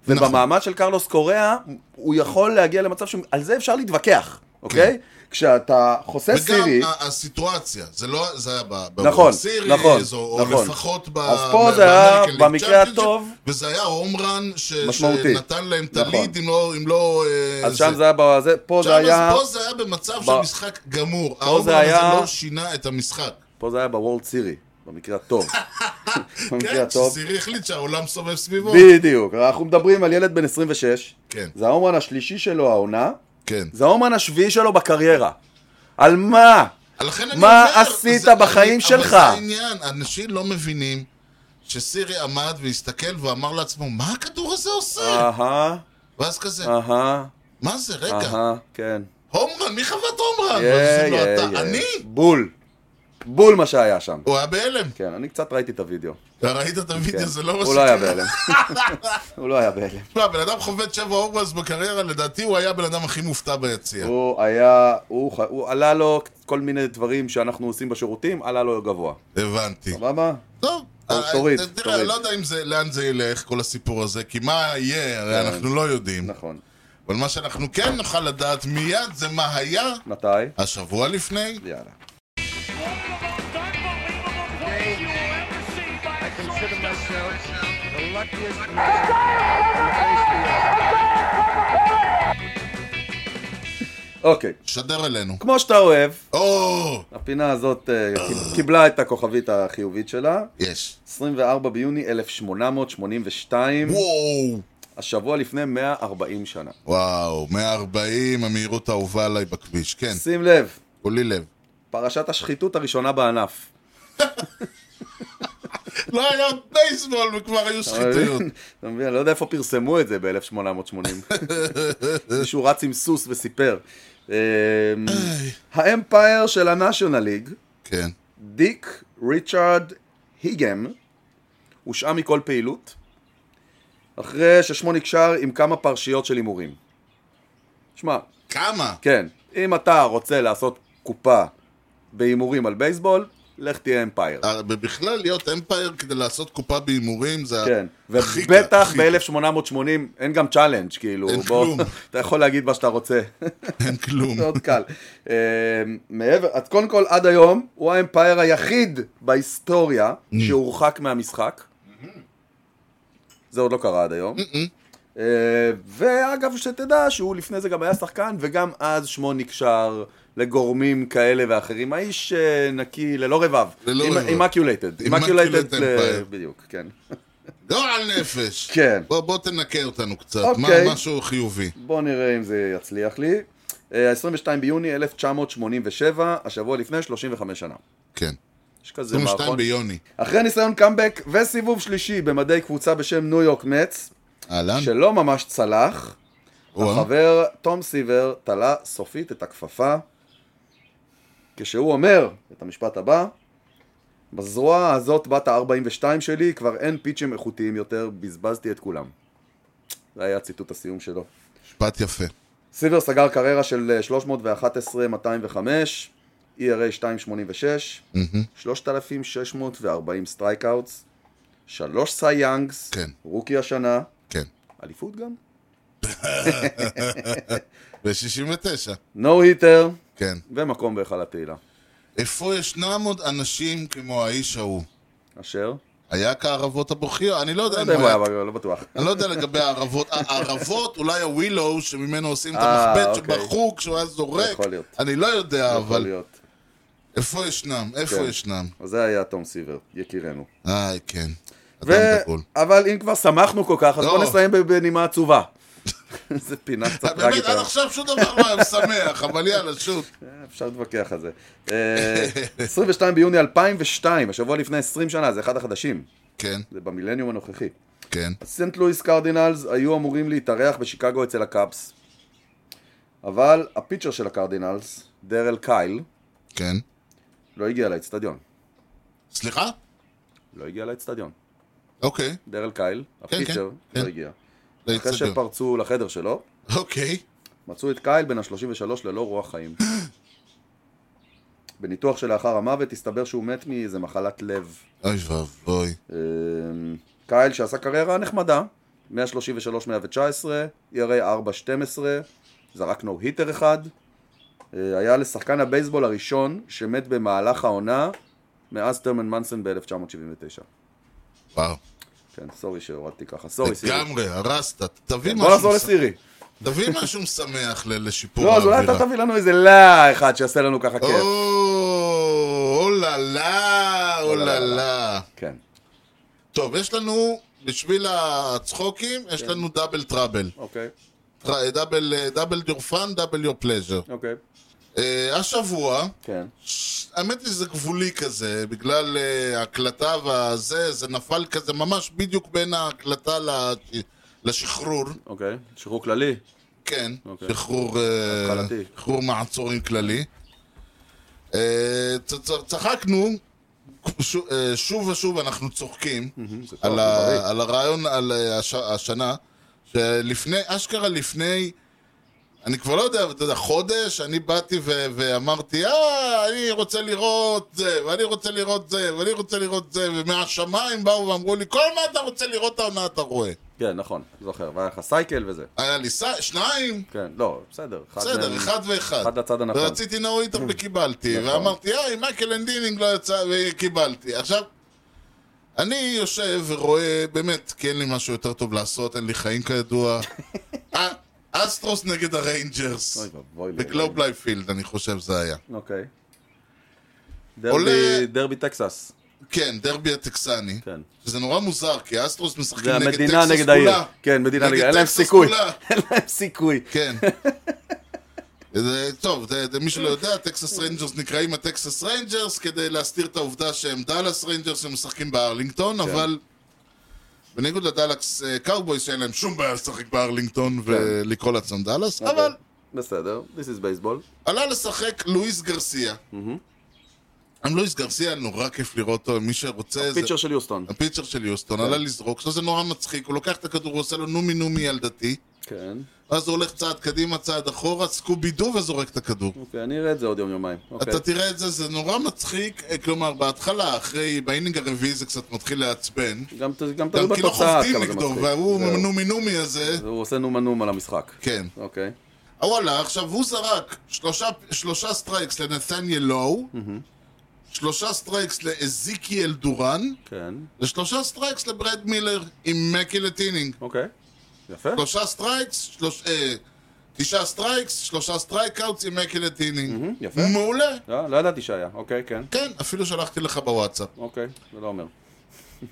Speaker 2: ובמעמד של קרלוס קוריאה, הוא יכול להגיע למצב שעל זה אפשר להתווכח, אוקיי? כשאתה חוסה סירי...
Speaker 1: כן. וגם ה- הסיטואציה, זה לא, זה היה ב- ב-
Speaker 2: נכון,
Speaker 1: סיריז,
Speaker 2: נכון,
Speaker 1: או, או
Speaker 2: נכון.
Speaker 1: לפחות ב...
Speaker 2: אז פה
Speaker 1: ב-
Speaker 2: זה היה
Speaker 1: באמריקן ליג
Speaker 2: במקרה
Speaker 1: צ'מפיונשיפ,
Speaker 2: הטוב.
Speaker 1: וזה היה הום רן ש...
Speaker 2: משמעותי.
Speaker 1: שנתן להם את
Speaker 2: נכון.
Speaker 1: הליד, אם לא... אם לא אה,
Speaker 2: אז שם זה היה, בזה- פה
Speaker 1: שם
Speaker 2: זה היה,
Speaker 1: אז פה זה היה במצב של
Speaker 2: ב-
Speaker 1: משחק גמור.
Speaker 2: פה
Speaker 1: ההום
Speaker 2: זה
Speaker 1: רן
Speaker 2: היה-
Speaker 1: הזה לא שינה את המשחק.
Speaker 2: פה זה היה בוורלד סירי, במקרה הטוב. במקרה
Speaker 1: כן,
Speaker 2: הטוב.
Speaker 1: שסירי החליט שהעולם סובב סביבו.
Speaker 2: בדיוק, אנחנו מדברים על ילד בן 26,
Speaker 1: כן.
Speaker 2: זה ההומן השלישי שלו העונה,
Speaker 1: כן.
Speaker 2: זה ההומן השביעי שלו בקריירה. על מה?
Speaker 1: לכן אני
Speaker 2: מה
Speaker 1: אומר,
Speaker 2: עשית
Speaker 1: זה-
Speaker 2: בחיים
Speaker 1: אבל
Speaker 2: שלך?
Speaker 1: זה העניין, אנשים לא מבינים שסירי עמד והסתכל ואמר לעצמו, מה הכדור הזה
Speaker 2: אה.
Speaker 1: עושה?
Speaker 2: אהה,
Speaker 1: ואז כזה,
Speaker 2: אהה,
Speaker 1: מה זה, רגע,
Speaker 2: אה. אהה, כן.
Speaker 1: הומרן, מי חוות הומרן?
Speaker 2: יא,
Speaker 1: ואז הוא
Speaker 2: יא,
Speaker 1: אומר לו,
Speaker 2: יא.
Speaker 1: לא "אתה, אני?
Speaker 2: בול. בול מה שהיה שם.
Speaker 1: הוא היה בהלם.
Speaker 2: כן, אני קצת ראיתי את הוידאו.
Speaker 1: אתה ראית את
Speaker 2: כן.
Speaker 1: הוידאו, זה לא מה
Speaker 2: הוא לא היה
Speaker 1: שקרה.
Speaker 2: בהלם. הוא לא היה בהלם.
Speaker 1: תשמע, בן אדם חובט שבע הומרנס בקריירה, לדעתי הוא היה הבן אדם הכי מופתע ביציע.
Speaker 2: הוא היה, הוא ח- הוא עלה לו כל מיני דברים שאנחנו עושים בשירותים, עלה לו גבוה.
Speaker 1: הבנתי.
Speaker 2: סבבה?
Speaker 1: טוב.
Speaker 2: טוב,
Speaker 1: אה,
Speaker 2: תוריד,
Speaker 1: אה, תראה,
Speaker 2: תוריד.
Speaker 1: לא יודע אם זה, לאן זה ילך, כל הסיפור הזה, כי מה יהיה, הרי
Speaker 2: כן.
Speaker 1: אנחנו לא יודעים.
Speaker 2: נכון.
Speaker 1: אבל מה שאנחנו כן נוכל לדעת מיד זה מה היה
Speaker 2: מתי?
Speaker 1: השבוע לפני.
Speaker 2: יאללה.
Speaker 3: One of the most unbelievable plays you will ever see by a
Speaker 4: consider
Speaker 3: shortstop.
Speaker 4: myself the luckiest man.
Speaker 2: אוקיי.
Speaker 1: שדר אלינו.
Speaker 2: כמו שאתה אוהב,
Speaker 1: או,
Speaker 2: הפינה הזאת אה, קיב- קיבלה את הכוכבית החיובית שלה.
Speaker 1: יש.
Speaker 2: 24 ביוני 1882,
Speaker 1: וואו.
Speaker 2: השבוע לפני 140 שנה.
Speaker 1: וואו, 140, המהירות האהובה עליי בכביש. כן,
Speaker 2: שים לב,
Speaker 1: כולי לב.
Speaker 2: פרשת השחיתות הראשונה בענף.
Speaker 1: לא היה עוד בייסבול וכבר היו שחיתויות.
Speaker 2: אתה מבין? אני לא יודע איפה פרסמו את זה ב-1880. מישהו רץ עם סוס וסיפר. אמ, האמפייר של הנאשונל ליג,
Speaker 1: כן.
Speaker 2: דיק ריצ'רד היגם, הושעה מכל פעילות, אחרי ששמו נקשר עם כמה פרשיות של הימורים. שמע,
Speaker 1: כמה?
Speaker 2: כן, אם אתה רוצה לעשות קופה בהימורים על בייסבול, לך תהיה אמפייר.
Speaker 1: אה, ובכלל להיות אמפייר כדי לעשות קופה בהימורים זה
Speaker 2: כן,
Speaker 1: הכי קל,
Speaker 2: ובטח
Speaker 1: הכי קל.
Speaker 2: ב-1880 אין גם צ'אלנג', כאילו,
Speaker 1: אין
Speaker 2: בוא,
Speaker 1: כלום.
Speaker 2: אתה יכול להגיד מה שאתה רוצה,
Speaker 1: אין כלום.
Speaker 2: זה מאוד קל. אה, מעבר, אז קודם כל עד היום, הוא האמפייר היחיד בהיסטוריה
Speaker 1: Mm-hmm.
Speaker 2: שהורחק מהמשחק. זה עוד לא קרה עד היום. אה, ואגב, שתדע שהוא לפני זה גם היה שחקן, וגם אז שמו נקשר לגורמים כאלה ואחרים. האיש אה, נקי, ללא רבב.
Speaker 1: ללא
Speaker 2: עם-
Speaker 1: רבב.
Speaker 2: אימקיולייטד.
Speaker 1: אימקיולייטד
Speaker 2: אימקיולייטד, ל-
Speaker 1: אמפייר.
Speaker 2: בדיוק, כן.
Speaker 1: גועל לא נפש.
Speaker 2: כן.
Speaker 1: בוא, בוא תנקה אותנו קצת. מה,
Speaker 2: אוקיי.
Speaker 1: משהו חיובי.
Speaker 2: בואו נראה אם זה יצליח לי. אה, 22 ביוני 1987, השבוע לפני 35 שנה.
Speaker 1: כן.
Speaker 2: יש כזה
Speaker 1: 22
Speaker 2: מערכון.
Speaker 1: ביוני.
Speaker 2: אחרי ניסיון קאמבק וסיבוב שלישי במדי קבוצה בשם ניו יורק מצ,
Speaker 1: אהלן.
Speaker 2: שלא ממש צלח,
Speaker 1: וואו.
Speaker 2: החבר תום סיבר תלה סופית את הכפפה, כשהוא אומר את המשפט הבא: בזרוע הזאת בת ה-42 שלי כבר אין פיצ'ים איכותיים יותר, בזבזתי את כולם. זה היה ציטוט הסיום שלו.
Speaker 1: משפט יפה.
Speaker 2: סיבר סגר קריירה של אה, 311-205, ERA 286, 3,640 סטרייקאוטס, שלוש סי יאנגס,
Speaker 1: כן.
Speaker 2: רוקי השנה,
Speaker 1: כן.
Speaker 2: אליפות גם?
Speaker 1: ב-69.
Speaker 2: נו היטר,
Speaker 1: כן.
Speaker 2: ומקום בהיכל התהילה.
Speaker 1: איפה ישנם עוד אנשים כמו האיש ההוא?
Speaker 2: אשר?
Speaker 1: היה כערבות הבוכיות? אני לא יודע
Speaker 2: לא
Speaker 1: אם
Speaker 2: יודע אם
Speaker 1: הוא
Speaker 2: הוא
Speaker 1: היה...
Speaker 2: היה, אבל לא בטוח.
Speaker 1: אני לא יודע לגבי הערבות. הערבות, אולי הווילאו שממנו עושים את
Speaker 2: אה,
Speaker 1: המחבט
Speaker 2: אוקיי.
Speaker 1: שבחור כשהוא היה זורק.
Speaker 2: יכול להיות.
Speaker 1: אני לא יודע,
Speaker 2: יכול
Speaker 1: אבל
Speaker 2: להיות.
Speaker 1: איפה ישנם? איפה
Speaker 2: כן.
Speaker 1: ישנם?
Speaker 2: אז זה היה תום סיבר, יקירנו.
Speaker 1: איי, כן. אדם
Speaker 2: ו-
Speaker 1: דגול.
Speaker 2: אבל אם כבר שמחנו כל כך, אז
Speaker 1: לא.
Speaker 2: בוא נסיים בנימה עצובה. איזה פינה קצת טראגית.
Speaker 1: באמת, עד
Speaker 2: אבל-
Speaker 1: עכשיו שום דבר לא היה משמח, אבל יאללה, שוב.
Speaker 2: אפשר להתווכח על זה. אה, 22 ביוני 2002, השבוע לפני 20 שנה, זה אחד החדשים.
Speaker 1: כן,
Speaker 2: זה במילניום הנוכחי.
Speaker 1: כן.
Speaker 2: סנט לואיס קרדינלס היו אמורים להתארח בשיקגו אצל הקאבס. אבל הפיצ'ר של הקרדינלס, דרל קייל,
Speaker 1: כן.
Speaker 2: לא הגיע לאצטדיון.
Speaker 1: סליחה?
Speaker 2: לא הגיע לאצטדיון.
Speaker 1: אוקיי.
Speaker 2: דרל קייל, הפיצ'ר,
Speaker 1: כן,
Speaker 2: לא
Speaker 1: כן.
Speaker 2: הגיע. אחרי
Speaker 1: לאצטדיון.
Speaker 2: שפרצו לחדר שלו,
Speaker 1: אוקיי.
Speaker 2: מצאו את קייל בן ה-33 ללא רוח חיים. בניתוח שלאחר המוות הסתבר שהוא מת מאיזה מחלת לב.
Speaker 1: אוי ואבוי.
Speaker 2: אמ, קייל שעשה קריירה נחמדה, 133-119, ERA 4-12, זרק נו היטר אחד, אה, היה לשחקן הבייסבול הראשון שמת במהלך העונה מאז טרמן מנסון ב-1979.
Speaker 1: וואו.
Speaker 2: כן, סורי שהורדתי ככה, סורי סירי.
Speaker 1: לגמרי, הרסת. תביא
Speaker 2: כן, בוא נחזור
Speaker 1: משהו מש-
Speaker 2: לסירי.
Speaker 1: תביא משהו משמח ל- לשיפור
Speaker 2: לא, אז
Speaker 1: האווירה.
Speaker 2: אולי אתה כן. תביא לנו איזה לה אחד שיעשה לנו ככה כיף.
Speaker 1: או, אוללה, אוללה.
Speaker 2: כן.
Speaker 1: טוב, יש לנו, בשביל הצחוקים, יש
Speaker 2: כן.
Speaker 1: לנו דאבל טראבל.
Speaker 2: אוקיי,
Speaker 1: טר- דאבל דאבל יור פאן, דאבל יור פלז'ר.
Speaker 2: אוקיי.
Speaker 1: אה, השבוע,
Speaker 2: כן.
Speaker 1: האמת היא זה גבולי כזה, בגלל אה, ההקלטה והזה, זה נפל כזה ממש בדיוק בין ההקלטה לש- לשחרור.
Speaker 2: אוקיי. שחרור כללי?
Speaker 1: כן,
Speaker 2: אוקיי.
Speaker 1: שחרור, אה,
Speaker 2: התחלתי.
Speaker 1: שחרור מעצורים כללי. אה, צ- צ- צחקנו, ש- אה, שוב ושוב אנחנו צוחקים
Speaker 2: זה טוב,
Speaker 1: על,
Speaker 2: זה
Speaker 1: ה,
Speaker 2: בריא.
Speaker 1: על הרעיון, על אה, הש, השנה, שלפני, אשכרה לפני, אני כבר לא יודע, אתה יודע, חודש, אני באתי ו, ואמרתי, אה, אני רוצה לראות זה, ואני רוצה לראות זה, ואני רוצה לראות זה, ומהשמיים באו ואמרו לי, כל מה אתה רוצה לראות העונה אתה רואה.
Speaker 2: כן, נכון, זוכר. והיה לך סייקל וזה.
Speaker 1: היה לי ס- שניים,
Speaker 2: כן, לא, בסדר. אחד
Speaker 1: בסדר,
Speaker 2: מהם-
Speaker 1: אחד ואחד.
Speaker 2: אחד לצד הנכון.
Speaker 1: ורציתי נו היטר וקיבלתי,
Speaker 2: נכון.
Speaker 1: ואמרתי, היי, מייקל אנדינינג לא יצא, וקיבלתי. עכשיו, אני יושב ורואה, באמת, כי אין לי משהו יותר טוב לעשות, אין לי חיים כידוע. אה, אסטרוס נגד הריינג'רס.
Speaker 2: אוי ואבוי לא לי.
Speaker 1: בגלוב לייפילד, אני חושב זה היה.
Speaker 2: אוקיי.
Speaker 1: עולה-
Speaker 2: דרבי, דרבי טקסס,
Speaker 1: כן, דרבי הטקסני.
Speaker 2: כן.
Speaker 1: שזה נורא מוזר, כי האסטרוס משחקים
Speaker 2: זה
Speaker 1: נגד טקסס
Speaker 2: המדינה
Speaker 1: כולה.
Speaker 2: נגד העיר. כן, מדינה
Speaker 1: נגד
Speaker 2: נגד, אין להם
Speaker 1: טקסס
Speaker 2: סיכוי.
Speaker 1: כולה.
Speaker 2: אין להם סיכוי.
Speaker 1: כן. זה, טוב, זה, זה, מי שלא יודע, טקסס ריינג'רס נקראים הטקסס ריינג'רס כדי להסתיר את העובדה שהם דאלאס ריינג'רס שמשחקים בארלינגטון, אבל בניגוד לדאלאס אה, קאובויס שאין להם שום בעיה לשחק בארלינגטון ולקרוא לעצמם דאלאס,
Speaker 2: אוקיי.
Speaker 1: אבל
Speaker 2: בסדר, this is baseball.
Speaker 1: עלה לשחק לואיס גרסיה. גם לואיס גרסיה נורא כיף לראות אותו, מי שרוצה... זה-
Speaker 2: פיצ'ר של יוסטון.
Speaker 1: הפיצ'ר של יוסטון, עלה לזרוק, עכשיו זה נורא מצחיק, הוא לוקח את הכדור, הוא עושה לו נומי נומי ילדתי.
Speaker 2: כן.
Speaker 1: ואז הוא הולך צעד קדימה, צעד אחורה, סקובי דו וזורק את הכדור.
Speaker 2: אוקיי, אני אראה את זה עוד יום יומיים. אוקיי.
Speaker 1: אתה תראה את זה, זה נורא מצחיק, אה, כלומר, בהתחלה, אחרי, באינינג הרביעי זה קצת מתחיל לעצבן.
Speaker 2: גם ת- גם תלוי
Speaker 1: גם כי לא
Speaker 2: בתוצאה, עד
Speaker 1: חובטים
Speaker 2: כמה זה
Speaker 1: נגדו,
Speaker 2: מצחיק.
Speaker 1: והוא
Speaker 2: זהו.
Speaker 1: נומי נומי הזה,
Speaker 2: והוא עושה נומה נום על המשחק.
Speaker 1: כן.
Speaker 2: אוקיי.
Speaker 1: הוא הלך, עכשיו הוא זרק שלושה- שלושה סטרייקס לנתניה לואו, שלושה סטרייקס לאזיקיאל דורן,
Speaker 2: כן.
Speaker 1: ושלושה סטרייקס לברד מילר עם מקילט אינינג.
Speaker 2: אוקיי. יפה.
Speaker 1: שלושה סטרייקס, שלוש... אה, תשעה סטרייקס, שלושה סטרייקאוטס עם מקילט אינינג.
Speaker 2: יפה.
Speaker 1: מעולה.
Speaker 2: לא לא ידעתי שהיה. אוקיי, כן.
Speaker 1: כן, אפילו שלחתי לך בוואטסאפ.
Speaker 2: אוקיי. זה לא אומר.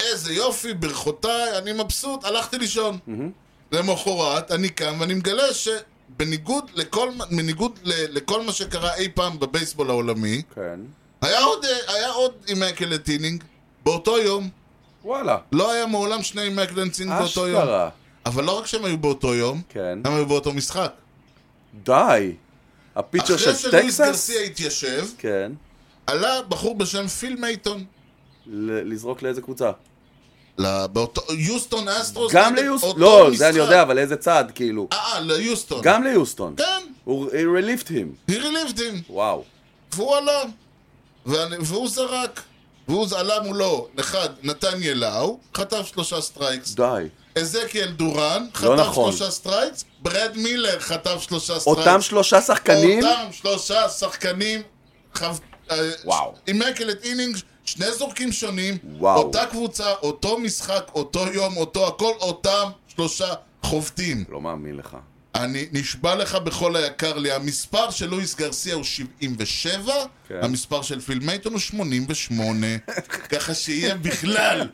Speaker 1: איזה יופי, ברכותיי, אני מבסוט, הלכתי לישון. למחרת, אני קם ואני מגלה שבניגוד לכל, מה- בניגוד ל, לכל מה שקרה אי פעם בבייסבול העולמי,
Speaker 2: כן.
Speaker 1: היה עוד, אה, היה עוד עם מקלט אינינג באותו יום.
Speaker 2: וואלה.
Speaker 1: לא היה מעולם שני מקלט אינינג באותו יום.
Speaker 2: אשכרה.
Speaker 1: אבל לא רק שהם היו באותו יום,
Speaker 2: כן.
Speaker 1: הם היו באותו משחק.
Speaker 2: די. הפיצ'ר
Speaker 1: אחרי
Speaker 2: של
Speaker 1: שלואיס
Speaker 2: טקסס?
Speaker 1: גרסיה התיישב,
Speaker 2: כן.
Speaker 1: עלה בחור בשם פיל מייטון.
Speaker 2: ל- לזרוק לאיזה קבוצה.
Speaker 1: ל- באותו- יוסטון אסטרוס
Speaker 2: גם
Speaker 1: נגד
Speaker 2: ליוסטון,
Speaker 1: אותו
Speaker 2: לא, זה אני
Speaker 1: משחק.
Speaker 2: יודע, אבל איזה צעד, כאילו.
Speaker 1: אה, ליוסטון.
Speaker 2: גם ליוסטון.
Speaker 1: כן,
Speaker 2: הוא relieved him.
Speaker 1: he relieved him,
Speaker 2: וואו.
Speaker 1: והוא עלה, ואני, והוא זרק, והוא ז- עלה מולו, אחד, נתניה לאו, חטף שלושה סטרייקס,
Speaker 2: די.
Speaker 1: אזקיאל דורן, חטף
Speaker 2: נכון.
Speaker 1: שלושה סטרייקס, ברד מילר חטף שלושה סטרייקס,
Speaker 2: אותם שלושה שחקנים?
Speaker 1: אותם שלושה שחקנים, חב... אה,
Speaker 2: וואו.
Speaker 1: ש- עם מקלט אינינג, שני זורקים שונים,
Speaker 2: וואו.
Speaker 1: אותה קבוצה, אותו משחק, אותו יום, אותו הכל, אותם שלושה חובטים.
Speaker 2: לא מאמין לך.
Speaker 1: אני נשבע לך בכל היקר לי, המספר של לואיס גרסיה הוא 77,
Speaker 2: כן.
Speaker 1: המספר של פיל מייטון הוא 88, ככה שיהיה בכלל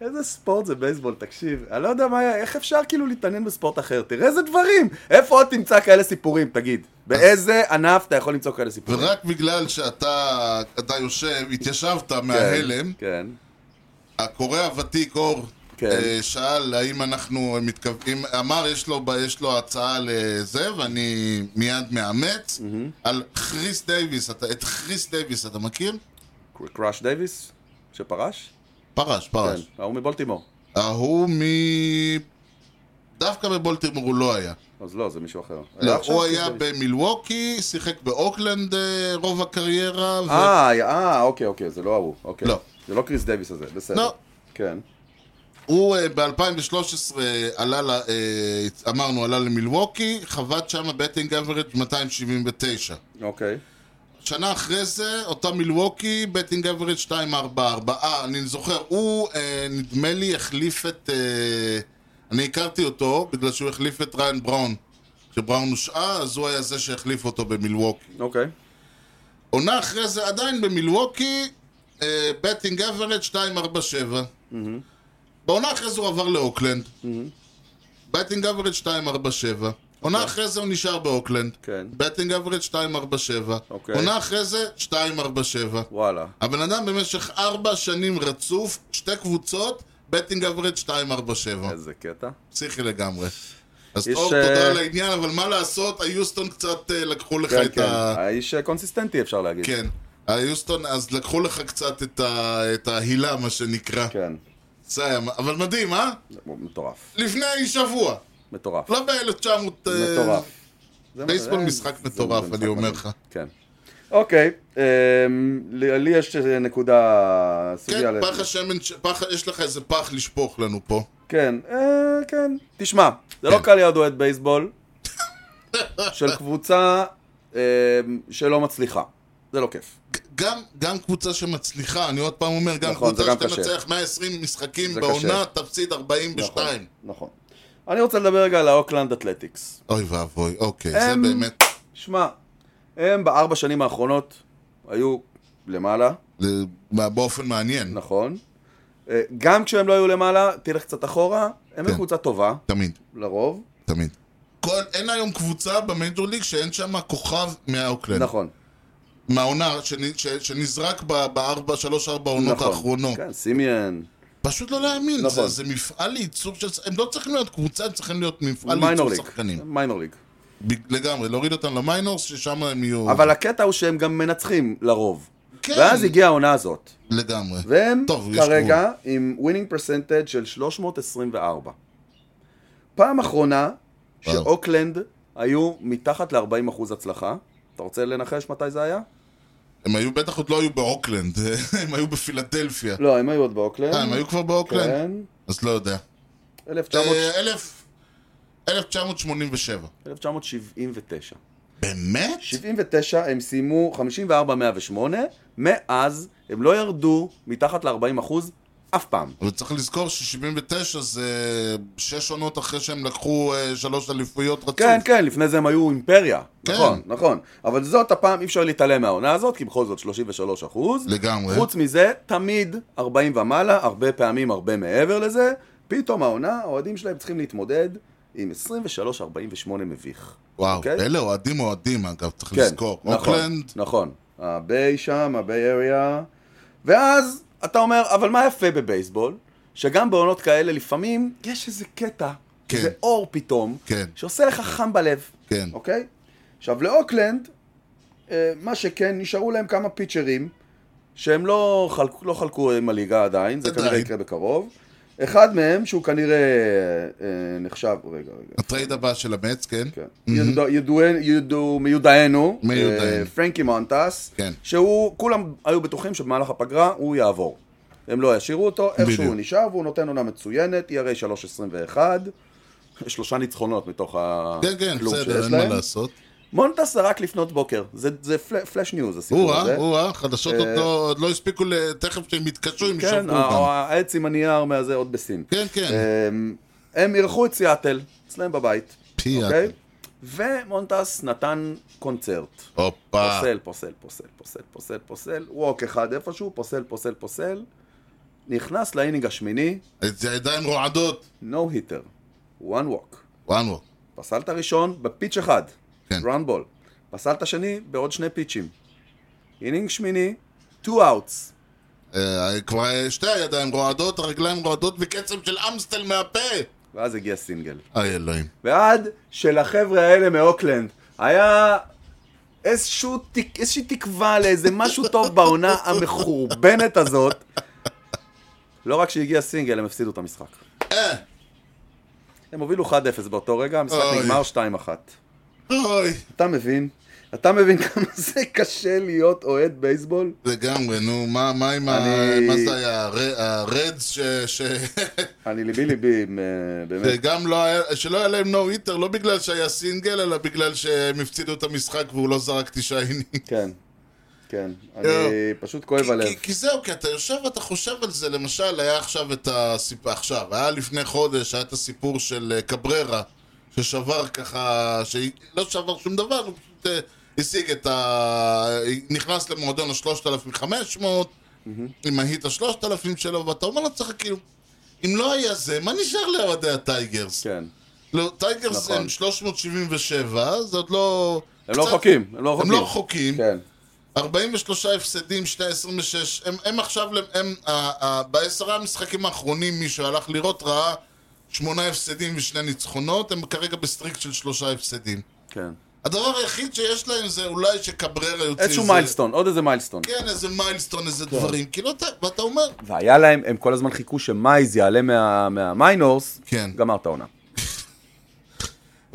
Speaker 2: איזה ספורט זה בייסבול, תקשיב. אני לא יודע מה היה, איך אפשר כאילו להתעניין בספורט אחר? תראה איזה דברים! איפה עוד תמצא כאלה סיפורים, תגיד? באיזה ענף אתה יכול למצוא כאלה סיפורים?
Speaker 1: ורק בגלל שאתה אתה יושב, התיישבת מההלם,
Speaker 2: כן.
Speaker 1: הקורא הוותיק אור
Speaker 2: כן.
Speaker 1: אה, שאל האם אנחנו מתכוונים, אמר יש לו, יש לו הצעה לזה ואני מיד מאמץ
Speaker 2: Mm-hmm.
Speaker 1: על כריס דייוויס, אתה, את כריס דייוויס אתה מכיר?
Speaker 2: קראש דייוויס? שפרש?
Speaker 1: פרש, פרש.
Speaker 2: כן, ההוא מבולטימור.
Speaker 1: ההוא מ... דווקא בבולטימור הוא לא היה.
Speaker 2: אז לא, זה מישהו אחר.
Speaker 1: לא,
Speaker 2: עכשיו
Speaker 1: הוא
Speaker 2: קריס
Speaker 1: היה
Speaker 2: דייוויס.
Speaker 1: במילווקי, שיחק באוקלנד אה, רוב הקריירה. ו-
Speaker 2: אה, אה, אוקיי, אוקיי, זה לא ההוא. אוקיי.
Speaker 1: לא.
Speaker 2: זה לא קריס דייוויס הזה, בסדר.
Speaker 1: לא.
Speaker 2: כן.
Speaker 1: הוא ב-2013 עלה, ל- אה, אמרנו, עלה למילווקי, חבט שם בטינג אברג' 279.
Speaker 2: אוקיי.
Speaker 1: שנה אחרי זה, אותה מילווקי, בטינג אברג' 244. אה, אני זוכר, הוא אה, נדמה לי החליף את... אה, אני הכרתי אותו בגלל שהוא החליף את ריין בראון. כשבראון הושעה, אז הוא היה זה שהחליף אותו במילווקי.
Speaker 2: אוקיי.
Speaker 1: עונה אחרי זה עדיין במילווקי, אה, בטינג אברג' 247. בעונה אחרי זה הוא עבר לאוקלנד. בטינג אברג' 247. עונה אחרי זה הוא נשאר באוקלנד.
Speaker 2: אוקיי. כן.
Speaker 1: בטינג אברג' 247.
Speaker 2: אוקיי.
Speaker 1: עונה אחרי זה 247.
Speaker 2: וואלה.
Speaker 1: הבן אדם במשך ארבע שנים רצוף, שתי קבוצות, בטינג אברג' 247.
Speaker 2: איזה קטע.
Speaker 1: פסיכי לגמרי. אז
Speaker 2: יש,
Speaker 1: אור,
Speaker 2: אה,
Speaker 1: תודה על העניין, אבל מה לעשות, היוסטון קצת אה, לקחו לך
Speaker 2: כן,
Speaker 1: את
Speaker 2: כן.
Speaker 1: ה...
Speaker 2: האיש אה, קונסיסטנטי, אפשר להגיד.
Speaker 1: כן. היוסטון, אז לקחו לך קצת את, ה, את ההילה, מה שנקרא.
Speaker 2: כן.
Speaker 1: זה היה, אבל מדהים, אה?
Speaker 2: מטורף.
Speaker 1: לפני שבוע.
Speaker 2: מטורף.
Speaker 1: לא ב-1900...
Speaker 2: מטורף.
Speaker 1: בייסבול
Speaker 2: זה- אה,
Speaker 1: משחק
Speaker 2: זה
Speaker 1: מטורף,
Speaker 2: משחק
Speaker 1: אני אומר
Speaker 2: מדהים.
Speaker 1: לך.
Speaker 2: כן. אוקיי, אמ, לי לי יש אה, נקודה... אה, סוגיה
Speaker 1: כן,
Speaker 2: ל-
Speaker 1: פח השמן, ש- פח, יש לך איזה פח לשפוך לנו פה.
Speaker 2: כן, אה, כן. תשמע, זה לא
Speaker 1: כן.
Speaker 2: קל להיות אוהד בייסבול של קבוצה אמ, שלא מצליחה. זה לא כיף.
Speaker 1: גם, גם קבוצה שמצליחה, אני עוד פעם אומר, גם
Speaker 2: נכון, זה
Speaker 1: קבוצה
Speaker 2: גם קשה.
Speaker 1: שתנצח 120 משחקים
Speaker 2: זה
Speaker 1: בעונה, תפסיד 42.
Speaker 2: נכון, נכון. אני רוצה לדבר רגע על האוקלנד אתלטיקס.
Speaker 1: אוי ואבוי, אוקיי, זה
Speaker 2: הם-
Speaker 1: באמת...
Speaker 2: שמע, הם בארבע שנים האחרונות היו למעלה,
Speaker 1: זה מה- באופן מעניין,
Speaker 2: נכון. אה, גם כשהם לא היו למעלה, תלך קצת אחורה, הם
Speaker 1: כן.
Speaker 2: קבוצה טובה,
Speaker 1: תמיד.
Speaker 2: לרוב.
Speaker 1: תמיד. כל, אין היום קבוצה במייג'ור ליג שאין שם כוכב מהאוקלנד. נכון.
Speaker 2: נכון.
Speaker 1: מהעונה שנ, ש, שנזרק ב- בארבע, שלוש, ארבע עונות
Speaker 2: נכון.
Speaker 1: האחרונות.
Speaker 2: כן, סימיאן.
Speaker 1: פשוט לא להאמין, זה,
Speaker 2: נכון.
Speaker 1: זה מפעל לייצור של... הם לא צריכים להיות קבוצה, הם צריכים להיות מפעל
Speaker 2: מיינור
Speaker 1: לייצור
Speaker 2: ליג.
Speaker 1: שחקנים.
Speaker 2: מיינור ליג.
Speaker 1: ב- לגמרי, להוריד אותם למיינורס, ששם הם יהיו...
Speaker 2: אבל הקטע הוא שהם גם מנצחים לרוב.
Speaker 1: כן.
Speaker 2: ואז הגיעה העונה הזאת.
Speaker 1: לגמרי.
Speaker 2: והם
Speaker 1: טוב, יש
Speaker 2: כרגע עם ווינינג פרסנטג' של 324. פעם אחרונה
Speaker 1: וואו.
Speaker 2: שאוקלנד היו מתחת ל-40% הצלחה. אתה רוצה לנחש מתי זה היה?
Speaker 1: הם היו, בטח עוד לא היו באוקלנד, הם היו בפילדלפיה.
Speaker 2: לא, הם היו עוד באוקלנד.
Speaker 1: אה, הם היו כבר באוקלנד?
Speaker 2: כן,
Speaker 1: אז לא יודע.
Speaker 2: 1900
Speaker 1: אה, אלף- 1987.
Speaker 2: 1979.
Speaker 1: באמת?
Speaker 2: 79 הם סיימו 54-108, מאז הם לא ירדו מתחת ל-40% אף פעם.
Speaker 1: אבל צריך לזכור ש-79 זה שש עונות אחרי שהם לקחו אה, שלוש אליפויות רצוף.
Speaker 2: כן, כן, לפני זה הם היו אימפריה.
Speaker 1: כן.
Speaker 2: נכון, נכון. אבל זאת הפעם, אי אפשר להתעלם מהעונה הזאת, כי בכל זאת 33 אחוז.
Speaker 1: לגמרי.
Speaker 2: חוץ מזה, תמיד 40 ומעלה, הרבה פעמים הרבה מעבר לזה, פתאום העונה, האוהדים שלהם צריכים להתמודד עם 23-48 מביך.
Speaker 1: וואו,
Speaker 2: אוקיי?
Speaker 1: אלה אוהדים אוהדים אגב, צריך
Speaker 2: כן,
Speaker 1: לזכור.
Speaker 2: נכון,
Speaker 1: אוקיי, אוקלנד,
Speaker 2: נכון. הביי שם, הביי אריה. ואז אתה אומר, אבל מה יפה בבייסבול? שגם בעונות כאלה לפעמים יש איזה קטע,
Speaker 1: כן.
Speaker 2: איזה אור פתאום,
Speaker 1: כן.
Speaker 2: שעושה לך חם בלב.
Speaker 1: כן.
Speaker 2: אוקיי? עכשיו, לאוקלנד, אה, מה שכן, נשארו להם כמה פיצ'רים שהם לא, חלק, לא חלקו עם הליגה עדיין, זה
Speaker 1: עדיין.
Speaker 2: כנראה יקרה בקרוב. אחד מהם, שהוא כנראה אה, נחשב, רגע, רגע,
Speaker 1: הטרייד הבא של המץ, כן?
Speaker 2: כן. ידוע- ידוענו- ידוע- מיודענו,
Speaker 1: מיודענו.
Speaker 2: אה, פרנקי מונטס,
Speaker 1: כן.
Speaker 2: שהוא, כולם היו בטוחים שבמהלך הפגרה הוא יעבור. הם לא ישאירו אותו, איכשהו הוא
Speaker 1: בדיוק.
Speaker 2: נשאר, והוא נותן עונה מצוינת, ERA 3.21, שלושה ניצחונות מתוך הכלום
Speaker 1: כן,
Speaker 2: שיש
Speaker 1: כן,
Speaker 2: להם.
Speaker 1: בסדר, אין מה לעשות.
Speaker 2: מונטס זה רק לפנות בוקר, זה, זה פל, פלאש ניוז הסיפור הזה.
Speaker 1: או-אה, או-אה, חדשות עוד לא- עוד לא הספיקו, ל- תכף שהם יתקשו, הם
Speaker 2: אה, כן,
Speaker 1: ישברו
Speaker 2: ה-
Speaker 1: אותם.
Speaker 2: העץ עם הנייר מהזה עוד בסין.
Speaker 1: כן, כן,
Speaker 2: אמ, הם אירחו את סיאטל, אצלם בבית.
Speaker 1: סיאטל.
Speaker 2: אוקיי? ומונטס נתן קונצרט.
Speaker 1: הופה.
Speaker 2: פוסל, פוסל, פוסל, פוסל, פוסל, פוסל, ווק אחד איפשהו, פוסל, פוסל, פוסל, נכנס לאינינג השמיני,
Speaker 1: את הידיים רועדות.
Speaker 2: no hitter, one walk.
Speaker 1: וואנו.
Speaker 2: פסל את הראשון בפיץ' אחד,
Speaker 1: כן.
Speaker 2: ground ball. פסל את השני בעוד שני פיצ'ים. אינינג שמיני, two outs.
Speaker 1: אה, כבר אה, שתי הידיים רועדות, הרגליים רועדות בקצב של אמסטל מהפה.
Speaker 2: ואז הגיע סינגל.
Speaker 1: איי אלוהים.
Speaker 2: ועד שלחבר'ה האלה מאוקלנד היה איזשהו, תק- איזושהי תקווה לאיזה משהו טוב בעונה המחורבנת הזאת. לא רק שהגיע סינגל, הם הפסידו את המשחק.
Speaker 1: אה,
Speaker 2: הם הובילו 1-0 באותו רגע, המשחק
Speaker 1: אוי.
Speaker 2: נגמר 2-1.
Speaker 1: אוי.
Speaker 2: אתה מבין? אתה מבין כמה זה קשה להיות אוהד בייסבול?
Speaker 1: לגמרי, נו, מה, מה עם ה...
Speaker 2: אני-
Speaker 1: מה זה היה? הר- הרדס ש... ש...
Speaker 2: אני ליבי ליבי, עם, אה, באמת.
Speaker 1: וגם לא היה... שלא היה להם נו היטר, לא בגלל שהיה סינגל, אלא בגלל שהם הפסידו את המשחק והוא לא זרק תשעה אינינג.
Speaker 2: כן, כן. אני
Speaker 1: יואו.
Speaker 2: פשוט כואב הלב.
Speaker 1: כי, כי זהו, כי אתה יושב ואתה חושב על זה, למשל, היה עכשיו את הסיפור, עכשיו, היה לפני חודש, היה את הסיפור של אה, קבררה, ששבר ככה, שלא שבר שום דבר, הוא פשוט אה, השיג את ה... נכנס למועדון ה-3500, עם ההיט ה-3000 שלו, ואתה אומר לעצמך, כאילו, אם לא היה זה, מה נשאר לאוהדי הטייגרס?
Speaker 2: כן.
Speaker 1: לא, טייגרס
Speaker 2: נכון.
Speaker 1: הם 377, זה עוד לא...
Speaker 2: הם לא
Speaker 1: קצת-
Speaker 2: רחוקים, הם לא
Speaker 1: הם
Speaker 2: רחוקים.
Speaker 1: לא רחוקים.
Speaker 2: כן.
Speaker 1: 43 הפסדים, שני 26, הם, הם עכשיו, הם, ה- ה- בעשרה המשחקים האחרונים מישהו הלך לראות ראה שמונה הפסדים ושני ניצחונות, הם כרגע בסטריק של שלושה הפסדים.
Speaker 2: כן.
Speaker 1: הדבר היחיד שיש להם זה אולי שקבררה יוציא
Speaker 2: איזשהו
Speaker 1: איזה-
Speaker 2: מיילסטון, כן. עוד איזה מיילסטון.
Speaker 1: כן, איזה מיילסטון, איזה דברים, כאילו אתה, ואתה אומר,
Speaker 2: והיה להם, הם כל הזמן חיכו שמייז יעלה מה- מהמיינורס,
Speaker 1: כן.
Speaker 2: גמר את העונה.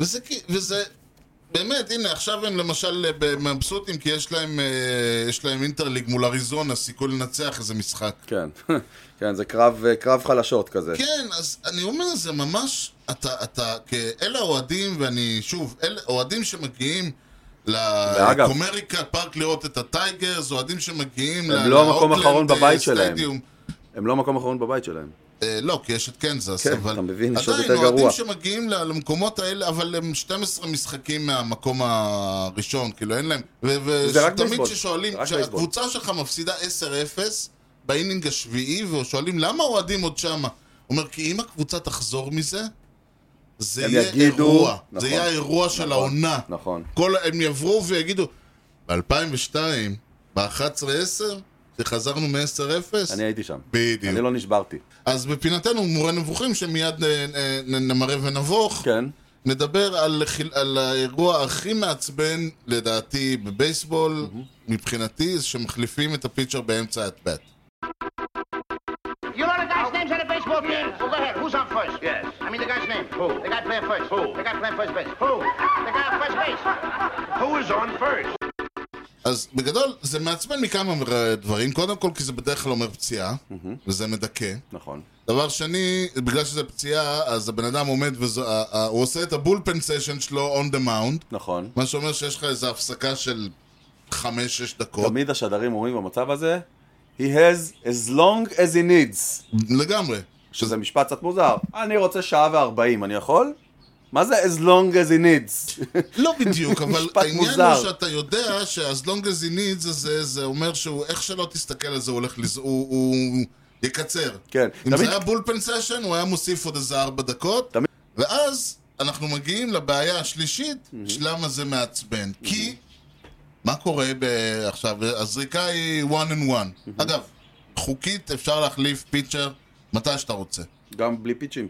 Speaker 1: וזה, כי- וזה, באמת, הנה, עכשיו הם למשל אה, מבסוטים כי יש להם, אה, יש להם אינטרליג מול אריזונה, סיכוי לנצח איזה משחק.
Speaker 2: כן, כן, זה קרב, קרב חלשות כזה.
Speaker 1: כן, אז אני אומר, זה ממש, אתה, אתה, כ- אלה אוהדים, ואני, שוב, אלה אוהדים שמגיעים
Speaker 2: ואגב-
Speaker 1: לקומריקה פארק לראות את הטייגרס, אוהדים שמגיעים
Speaker 2: הם לא המקום
Speaker 1: לאוקלנד,
Speaker 2: האחרון
Speaker 1: אה,
Speaker 2: בבית שלהם.
Speaker 1: סטדיום.
Speaker 2: הם לא המקום האחרון בבית שלהם.
Speaker 1: אה, לא, כי יש את קנזס,
Speaker 2: כן,
Speaker 1: אבל...
Speaker 2: אתה מבין, יש עוד
Speaker 1: עדיין,
Speaker 2: יותר
Speaker 1: אוהדים
Speaker 2: גרוע.
Speaker 1: שמגיעים ל- למקומות האלה, אבל הם 12 משחקים מהמקום הראשון, כאילו אין להם... ו- ו-
Speaker 2: זה רק
Speaker 1: שתמיד
Speaker 2: בייסבול,
Speaker 1: כששואלים,
Speaker 2: רק בייסבול.
Speaker 1: כשהקבוצה שלך מפסידה 10-0 באינינג השביעי, ושואלים למה אוהדים עוד שמה? הוא אומר, כי אם הקבוצה תחזור מזה, זה
Speaker 2: הם
Speaker 1: יהיה
Speaker 2: יגידו-
Speaker 1: אירוע. זה
Speaker 2: נכון,
Speaker 1: יהיה האירוע של העונה.
Speaker 2: נכון.
Speaker 1: כל, הם יעברו ויגידו, ב-2002, ב-11-10, שחזרנו מ-10-0,
Speaker 2: אני הייתי שם.
Speaker 1: בדיוק.
Speaker 2: אני לא נשברתי.
Speaker 1: אז בפינתנו, מורה נבוכים, שמיד אה, אה, נ- נמרה ונבוך,
Speaker 2: כן.
Speaker 1: נדבר על, חיל- על האירוע הכי מעצבן, לדעתי, בבייסבול, מבחינתי, זה שמחליפים את הפיצ'ר באמצע האטבט.
Speaker 5: You know the guy's names on the baseball team? Well, go ahead. Who's on first? Yes. I mean the guy's name. Who? The guy playing first. Who? The guy playing first base. Who? The guy on first base. Who is on first?
Speaker 1: אז בגדול, זה מעצבן מכמה אה, דברים. קודם כל, כי זה בדרך כלל אומר פציעה, וזה מדכא.
Speaker 2: נכון.
Speaker 1: דבר שני, בגלל שזה פציעה, אז הבן אדם עומד והוא עושה את הבולפן סשן שלו on the mound,
Speaker 2: נכון.
Speaker 1: מה שאומר שיש לך איזו הפסקה של חמש-שש דקות.
Speaker 2: תמיד השדרים אומרים במצב הזה, he has as long as he needs.
Speaker 1: לגמרי.
Speaker 2: שזה משפט קצת מוזר. אני רוצה שעה וארבעים, אני יכול? מה זה as long as he needs?
Speaker 1: לא בדיוק, אבל
Speaker 2: משפט
Speaker 1: העניין
Speaker 2: מוזר.
Speaker 1: הוא שאתה יודע ש-as long as he needs הזה, זה אומר שהוא, איך שלא תסתכל על זה, הוא הולך לז... הוא, הוא יקצר.
Speaker 2: כן,
Speaker 1: אם
Speaker 2: תמיד-
Speaker 1: זה היה בולפן סשן, הוא היה מוסיף עוד איזה ארבע דקות,
Speaker 2: תמיד-
Speaker 1: ואז אנחנו מגיעים לבעיה השלישית, למה זה מעצבן. כי, מה קורה ב- עכשיו, הזריקה היא one and one. אגב, חוקית אפשר להחליף פיצ'ר מתי שאתה רוצה.
Speaker 2: גם בלי פיצ'ים.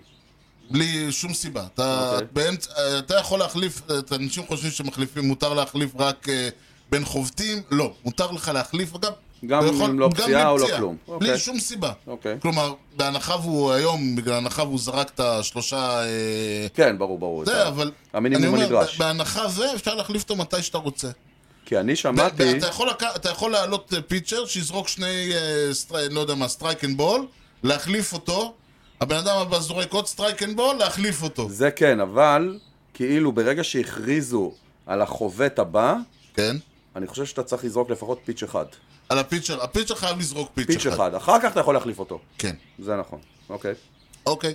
Speaker 1: בלי שום סיבה. אתה, okay.
Speaker 2: אוקיי.
Speaker 1: באמצע, אה, אתה יכול להחליף, את אנשים חושבים שמחליפים, מותר להחליף רק אה, בין חובטים, לא. מותר לך להחליף, אגב,
Speaker 2: גם
Speaker 1: אתה
Speaker 2: אם לא
Speaker 1: גם
Speaker 2: פציעה או לא
Speaker 1: פציעה,
Speaker 2: כלום.
Speaker 1: בלי
Speaker 2: אוקיי.
Speaker 1: שום סיבה.
Speaker 2: אוקיי.
Speaker 1: כלומר, בהנחה והוא היום, בגלל הנחה והוא זרק את השלושה... אה,
Speaker 2: כן, ברור, ברור.
Speaker 1: זה,
Speaker 2: אתה-
Speaker 1: אבל...
Speaker 2: המינימום
Speaker 1: אני אומר,
Speaker 2: הנדרש.
Speaker 1: בהנחה זה, אפשר להחליף אותו מתי שאתה רוצה.
Speaker 2: כי אני שמעתי...
Speaker 1: אתה יכול, לק- אתה יכול להעלות אה, פיצ'ר שיזרוק שני, אה, סטרי- לא יודע מה, סטרייק אנד בול, להחליף אותו, הבן אדם הבא זורק עוד סטרייק אנד בול, להחליף אותו.
Speaker 2: זה כן, אבל כאילו ברגע שהכריזו על החובט הבא,
Speaker 1: כן?
Speaker 2: אני חושב שאתה צריך לזרוק לפחות פיץ' אחד.
Speaker 1: על הפיצ'ר, הפיצ'ר חייב לזרוק פיצ'ר.
Speaker 2: פיץ' אחד. אחר כך אתה יכול להחליף אותו.
Speaker 1: כן,
Speaker 2: זה נכון. אוקיי.
Speaker 1: אוקיי.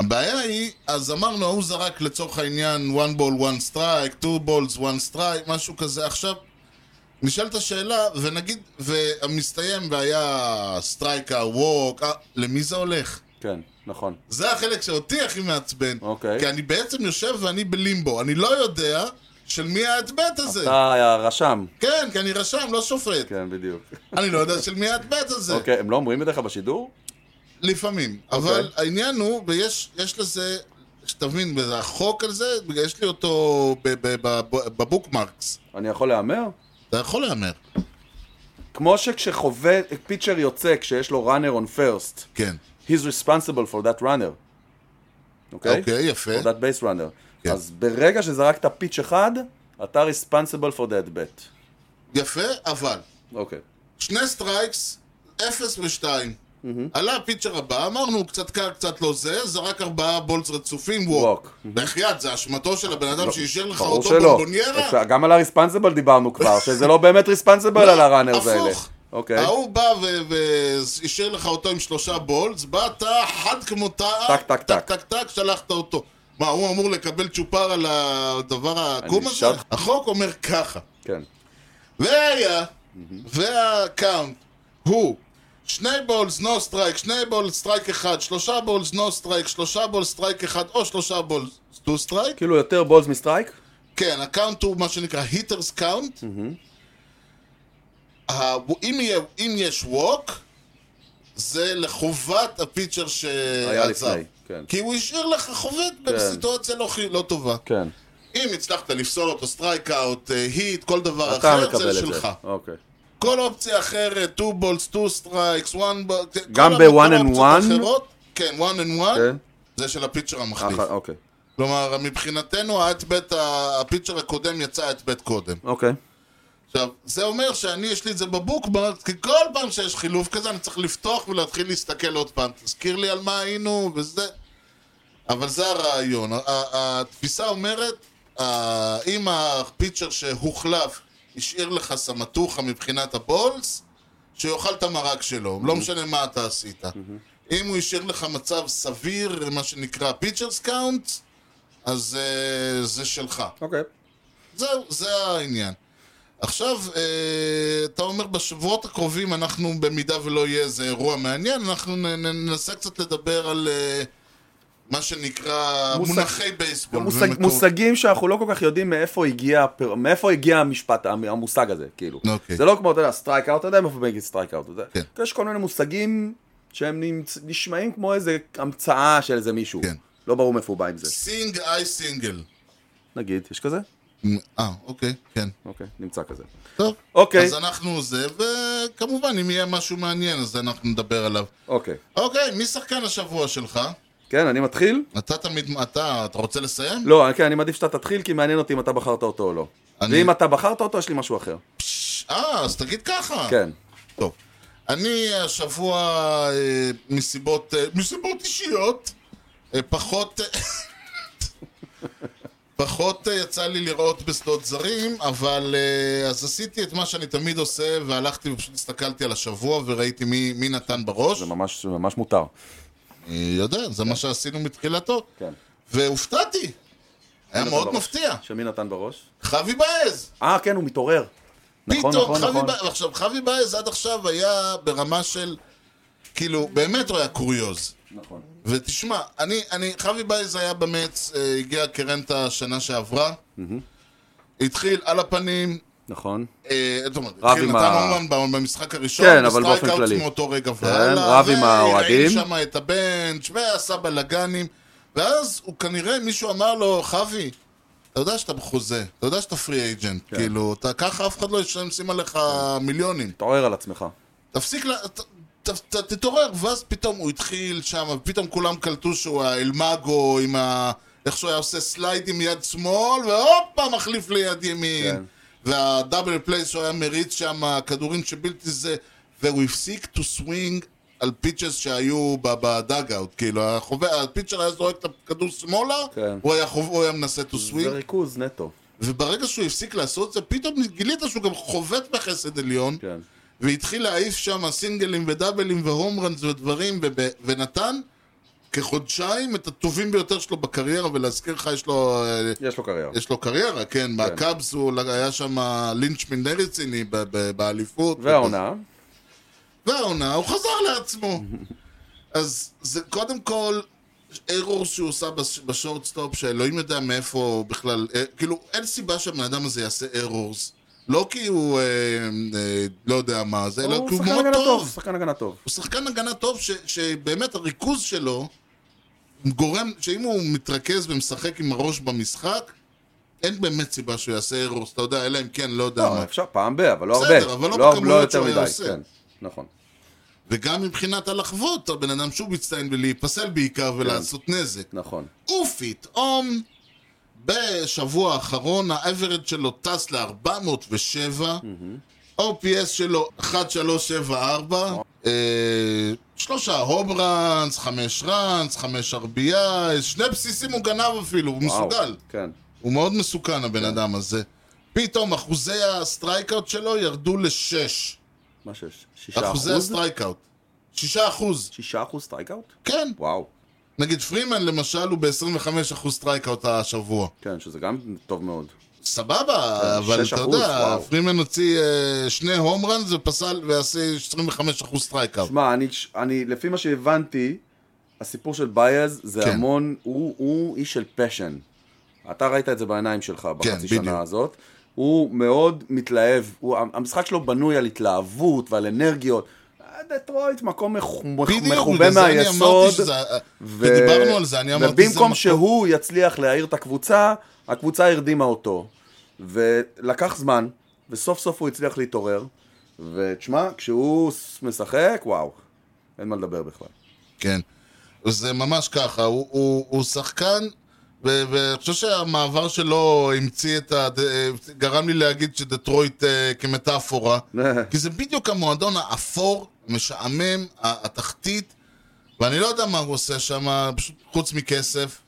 Speaker 1: הבעיה היא, אז אמרנו, ההוא זרק לצורך העניין one ball, one strike, two balls, one strike, משהו כזה. עכשיו, נשאלת השאלה, ונגיד, והמסתיים והיה סטרייקה, ווק, אה, למי זה הולך?
Speaker 2: כן, נכון.
Speaker 1: זה החלק שאותי הכי מעצבן.
Speaker 2: אוקיי.
Speaker 1: כי אני בעצם יושב ואני בלימבו. אני לא יודע של מי האטבט הזה.
Speaker 2: אתה רשם.
Speaker 1: כן, כי אני רשם, לא שופט.
Speaker 2: כן, בדיוק.
Speaker 1: אני לא יודע של מי האטבט הזה.
Speaker 2: אוקיי, הם לא אומרים את זה לך בשידור?
Speaker 1: לפעמים. אבל העניין הוא, ויש יש לזה, שתבין, וזה החוק על זה, יש לי אותו ב- ב- ב- בבוקמרקס.
Speaker 2: אני יכול להמר?
Speaker 1: אתה יכול להמר.
Speaker 2: כמו שכשחובט, פיצ'ר יוצא כשיש לו runner on first,
Speaker 1: כן.
Speaker 2: he's responsible for that runner. אוקיי?
Speaker 1: אוקיי, יפה.
Speaker 2: for that base runner.
Speaker 1: כן.
Speaker 2: אז ברגע שזרקת פיץ' אחד, אתה responsible for that bet.
Speaker 1: יפה, אבל.
Speaker 2: אוקיי.
Speaker 1: שני סטרייקס, אפס ושתיים. עלה הפיצ'ר הבא, אמרנו, הוא קצת קל, קצת לא זה, זרק ארבעה בולס רצופים, ווק. לא,
Speaker 2: ווק.
Speaker 1: בחייאת, זה אשמתו של הבן אדם שהשאיר לך
Speaker 2: ברור
Speaker 1: אותו
Speaker 2: שלא.
Speaker 1: בונבוניירה?
Speaker 2: אפשר- גם על ה-responsible דיברנו כבר, שזה לא באמת responsible על הראנרס האלה.
Speaker 1: הפוך.
Speaker 2: אוקיי.
Speaker 1: ההוא בא ו- והשאיר לך אותו עם שלושה בולס, בא אתה חד כמו תא,
Speaker 2: טק, טק, טק.
Speaker 1: טק, טק, שלחת אותו. מה, הוא אמור לקבל צ'ופר על הדבר העקום הזה?
Speaker 2: אשאל אותך.
Speaker 1: החוק אומר ככה.
Speaker 2: כן.
Speaker 1: והיה, והקאונט הוא שני בולס נו סטרייק, שני בולס סטרייק אחד, שלושה בולס נו סטרייק, שלושה בולס סטרייק אחד, או שלושה בולס טו סטרייק.
Speaker 2: כאילו יותר בולס מסטרייק?
Speaker 1: כן, הקאונט הוא מה שנקרא היטרס קאונט.
Speaker 2: Mm-hmm.
Speaker 1: אם יהיה- אם יש ווק, זה לחובת הפיצ'ר
Speaker 2: היה
Speaker 1: שעצר.
Speaker 2: לפני, כן.
Speaker 1: כי הוא השאיר לך חובט בסיטואציה לא חי- לא טובה.
Speaker 2: כן.
Speaker 1: אם הצלחת לפסול אותו סטרייק אאוט, היט, כל דבר
Speaker 2: אתה
Speaker 1: אחר,
Speaker 2: מקבל
Speaker 1: זה
Speaker 2: את זה.
Speaker 1: שלך.
Speaker 2: אוקיי.
Speaker 1: כל אופציה אחרת, 2 בולס, 2 סטרייקס, 1 בולס,
Speaker 2: גם ב- one and one?
Speaker 1: כן, 1 and 1,
Speaker 2: כן.
Speaker 1: זה של הפיצ'ר המחליף.
Speaker 2: אחת, אוקיי.
Speaker 1: כלומר, מבחינתנו, האט-בט, הפיצ'ר הקודם יצא האט-בט קודם.
Speaker 2: אוקיי.
Speaker 1: עכשיו, זה אומר שאני, יש לי את זה בבוקמרק, כי כל פעם שיש חילוף כזה, אני צריך לפתוח ולהתחיל להסתכל עוד פעם. תזכיר לי על מה היינו, וזה... אבל זה הרעיון. ה- ה- התפיסה אומרת, ה- אם הפיצ'ר שהוחלף השאיר לך סמטוחה מבחינת הבולס, שיאכל את המרק שלו, לא משנה מה אתה עשית. אם הוא השאיר לך מצב סביר, מה שנקרא פיצ'רס קאונט, אז אה, זה שלך.
Speaker 2: אוקיי.
Speaker 1: זהו, זה העניין. עכשיו, אה, אתה אומר בשבועות הקרובים אנחנו, במידה ולא יהיה איזה אירוע מעניין, אנחנו נ- נ- ננסה קצת לדבר על אה, מה שנקרא
Speaker 2: מושג-
Speaker 1: מונחי בייסבול.
Speaker 2: מושג-
Speaker 1: ומקור-
Speaker 2: מושגים שאנחנו לא כל כך יודעים מאיפה הגיע, הפר- מאיפה הגיע המשפט, המ- המושג הזה, כאילו.
Speaker 1: אוקיי.
Speaker 2: זה לא כמו, אתה יודע, סטרייק אאוט, אתה יודע מאיפה מגיע סטרייק אאוט.
Speaker 1: כן.
Speaker 2: יש כל מיני מושגים שהם נמצ- נשמעים כמו איזה המצאה של איזה מישהו.
Speaker 1: כן.
Speaker 2: לא ברור מאיפה הוא בא עם זה.
Speaker 1: סינג איי סינגל.
Speaker 2: נגיד, יש כזה?
Speaker 1: מ- אה, אוקיי, כן.
Speaker 2: אוקיי, נמצא כזה.
Speaker 1: טוב.
Speaker 2: אוקיי.
Speaker 1: אז אנחנו זה, וכמובן, אם יהיה משהו מעניין, אז אנחנו נדבר עליו.
Speaker 2: אוקיי.
Speaker 1: אוקיי, מי שחקן השבוע שלך?
Speaker 2: כן, אני מתחיל?
Speaker 1: אתה תמיד, אתה, אתה רוצה לסיים?
Speaker 2: לא, כן, אני מעדיף שאתה תתחיל, כי מעניין אותי אם אתה בחרת אותו או לא.
Speaker 1: אני-
Speaker 2: ואם אתה בחרת אותו, יש לי משהו אחר.
Speaker 1: אה, אז תגיד ככה.
Speaker 2: כן.
Speaker 1: טוב. אני השבוע, אה, מסיבות, אה, מסיבות אישיות, אה, פחות... פחות אה, יצא לי לראות בשדות זרים, אבל אה, אז עשיתי את מה שאני תמיד עושה, והלכתי ופשוט הסתכלתי על השבוע וראיתי מי, מי נתן בראש.
Speaker 2: זה ממש ממש מותר.
Speaker 1: אני יודע, זה מה שעשינו מתחילתו.
Speaker 2: כן.
Speaker 1: והופתעתי. היה
Speaker 2: נתן
Speaker 1: מאוד
Speaker 2: בראש?
Speaker 1: מפתיע.
Speaker 2: שמי נתן בראש?
Speaker 1: חבי באז!
Speaker 2: אה, כן, הוא מתעורר. נכון,
Speaker 1: פתאום
Speaker 2: נכון,
Speaker 1: חבי
Speaker 2: נכון.
Speaker 1: בא- עכשיו, חבי באז עד עכשיו היה ברמה של... כאילו, באמת הוא היה קוריוז.
Speaker 2: נכון.
Speaker 1: ותשמע, אני, אני, חבי בייז היה במץ, אה, הגיע קרנטה שנה שעברה, התחיל על הפנים,
Speaker 2: נכון.
Speaker 1: אה, זאת אומרת,
Speaker 2: רב
Speaker 1: התחיל
Speaker 2: עם
Speaker 1: נתן
Speaker 2: ה-
Speaker 1: אומן ב- במשחק הראשון,
Speaker 2: כן, אבל באופן
Speaker 1: בסטרייקאוטס
Speaker 2: כללי.
Speaker 1: מאותו רגע
Speaker 2: כן,
Speaker 1: והלאה,
Speaker 2: רב עם האוהדים.
Speaker 1: והרעיל שם את הבנץ' ועשה בלאגנים, ואז הוא כנראה, מישהו אמר לו, חבי, אתה יודע שאתה בחוזה, אתה יודע שאתה פרי אייג'נט,
Speaker 2: כן.
Speaker 1: כאילו, אתה ככה אף אחד לא ישלם שים עליך מיליונים.
Speaker 2: תעורר על עצמך.
Speaker 1: תפסיק ל... ת- ת- ת- תתעורר, ואז פתאום הוא התחיל שם, ופתאום כולם קלטו שהוא האלמגו עם ה... איך שהוא היה עושה סלייד עם יד שמאל, והופה, מחליף ליד ימין.
Speaker 2: כן.
Speaker 1: והדאבל פלייס שהוא היה מריץ שם, הכדורים שבלתי זה, והוא הפסיק to swing על פיצ'ס שהיו ב- בדאגאוט, כאילו, החובע, הפיצ'ר היה זורק את הכדור שמאלה,
Speaker 2: כן.
Speaker 1: הוא, היה חוב, הוא היה מנסה to
Speaker 2: זה
Speaker 1: swing,
Speaker 2: ריכוז נטו.
Speaker 1: וברגע שהוא הפסיק לעשות זה, פתאום גילית שהוא גם חובט בחסד עליון,
Speaker 2: כן.
Speaker 1: והתחיל להעיף שם סינגלים ודאבלים והומרנס ודברים, וב- ונתן כחודשיים את הטובים ביותר שלו בקריירה, ולהזכיר לך, יש לו... אה,
Speaker 2: יש לו קריירה.
Speaker 1: יש לו קריירה, כן, מהקאבס הוא, היה שם לינצ'מן די רציני ב- ב- באליפות.
Speaker 2: והעונה,
Speaker 1: והעונה, הוא חזר לעצמו. אז זה קודם כל ארור שהוא עושה בש- בשורטסטופ, שאלוהים יודע מאיפה הוא בכלל, אה, כאילו אין סיבה שהבן אדם הזה יעשה ארורס. לא כי הוא, אה, אה, לא יודע מה זה, אלא
Speaker 2: הוא
Speaker 1: כי הוא
Speaker 2: שחקן
Speaker 1: מאוד
Speaker 2: הגנה טוב,
Speaker 1: טוב.
Speaker 2: שחקן הגנה טוב.
Speaker 1: הוא שחקן הגנה טוב, ש, שבאמת הריכוז שלו גורם, שאם הוא מתרכז ומשחק עם הראש במשחק, אין באמת סיבה שהוא יעשה ארורס, אתה יודע, אלא אם כן, לא יודע מה.
Speaker 2: לא, אפשר פעם ב, אבל לא הרבה.
Speaker 1: בסדר, אבל לא
Speaker 2: לא
Speaker 1: בכמויות
Speaker 2: יותר
Speaker 1: שהוא היה
Speaker 2: מדי,
Speaker 1: עושה.
Speaker 2: כן. נכון.
Speaker 1: וגם מבחינת הלחוות, הבן אדם שוב הצטיין בלהיפסל
Speaker 2: כן.
Speaker 1: בעיקר ולעשות נזק.
Speaker 2: נכון.
Speaker 1: ופתאום, בשבוע האחרון, האברד שלו טס ל-407,
Speaker 2: Mm-hmm.
Speaker 1: OPS שלו 1374,
Speaker 2: נכון.
Speaker 1: אה, שלושה הוב ראנס, חמש ראנס, חמש RBI, שני בסיסים הוא גנב אפילו, הוא
Speaker 2: וואו,
Speaker 1: מסוגל.
Speaker 2: כן.
Speaker 1: הוא מאוד מסוכן, הבן אדם הזה. פתאום אחוזי הסטרייקאוט שלו ירדו לשש.
Speaker 2: מה שיש? שישה
Speaker 1: אחוזי
Speaker 2: אחוז?
Speaker 1: הסטרייקאוט. שישה אחוז,
Speaker 2: שישה אחוז סטרייקאוט?
Speaker 1: כן.
Speaker 2: וואו.
Speaker 1: נגיד פרימן למשל הוא ב-25% סטרייקאוט השבוע.
Speaker 2: כן, שזה גם טוב מאוד.
Speaker 1: סבבה, אבל
Speaker 2: שש
Speaker 1: אתה
Speaker 2: אחוז,
Speaker 1: יודע,
Speaker 2: וואו.
Speaker 1: פרימן הוציא אה, שני הום ראנס ופסל ועשה 25% סטרייקאוט.
Speaker 2: שמע, אני, אני, לפי מה שהבנתי, הסיפור של בייז זה
Speaker 1: כן.
Speaker 2: כן. המון, הוא, הוא איש של פשן. אתה ראית את זה בעיניים שלך בחצי כן,
Speaker 1: בדיוק.
Speaker 2: שנה הזאת. הוא מאוד מתלהב, הוא, המשחק שלו בנוי על התלהבות ועל אנרגיות. אה, דטרויט מקום מח-
Speaker 1: בדיוק,
Speaker 2: מחובה
Speaker 1: בגלל זה אני אמרתי
Speaker 2: מהיסוד.
Speaker 1: שזה... אה, ודיברנו על זה, אני אמרתי זה
Speaker 2: ובמקום
Speaker 1: מקום...
Speaker 2: שהוא יצליח להעיר את הקבוצה, הקבוצה הרדימה אותו. ולקח זמן, וסוף סוף הוא הצליח להתעורר. ותשמע, כשהוא ס- משחק, וואו, אין מה לדבר בכלל.
Speaker 1: כן. זה ממש ככה, הוא- הוא הוא שחקן, ו- ואני חושב שהמעבר שלו המציא את ה... ד- אה, גרם לי להגיד שדטרויט אה, כמטאפורה. כי זה בדיוק המועדון האפור, המשעמם, ה- התחתית, ואני לא יודע מה הוא עושה שם, פשוט חוץ מכסף.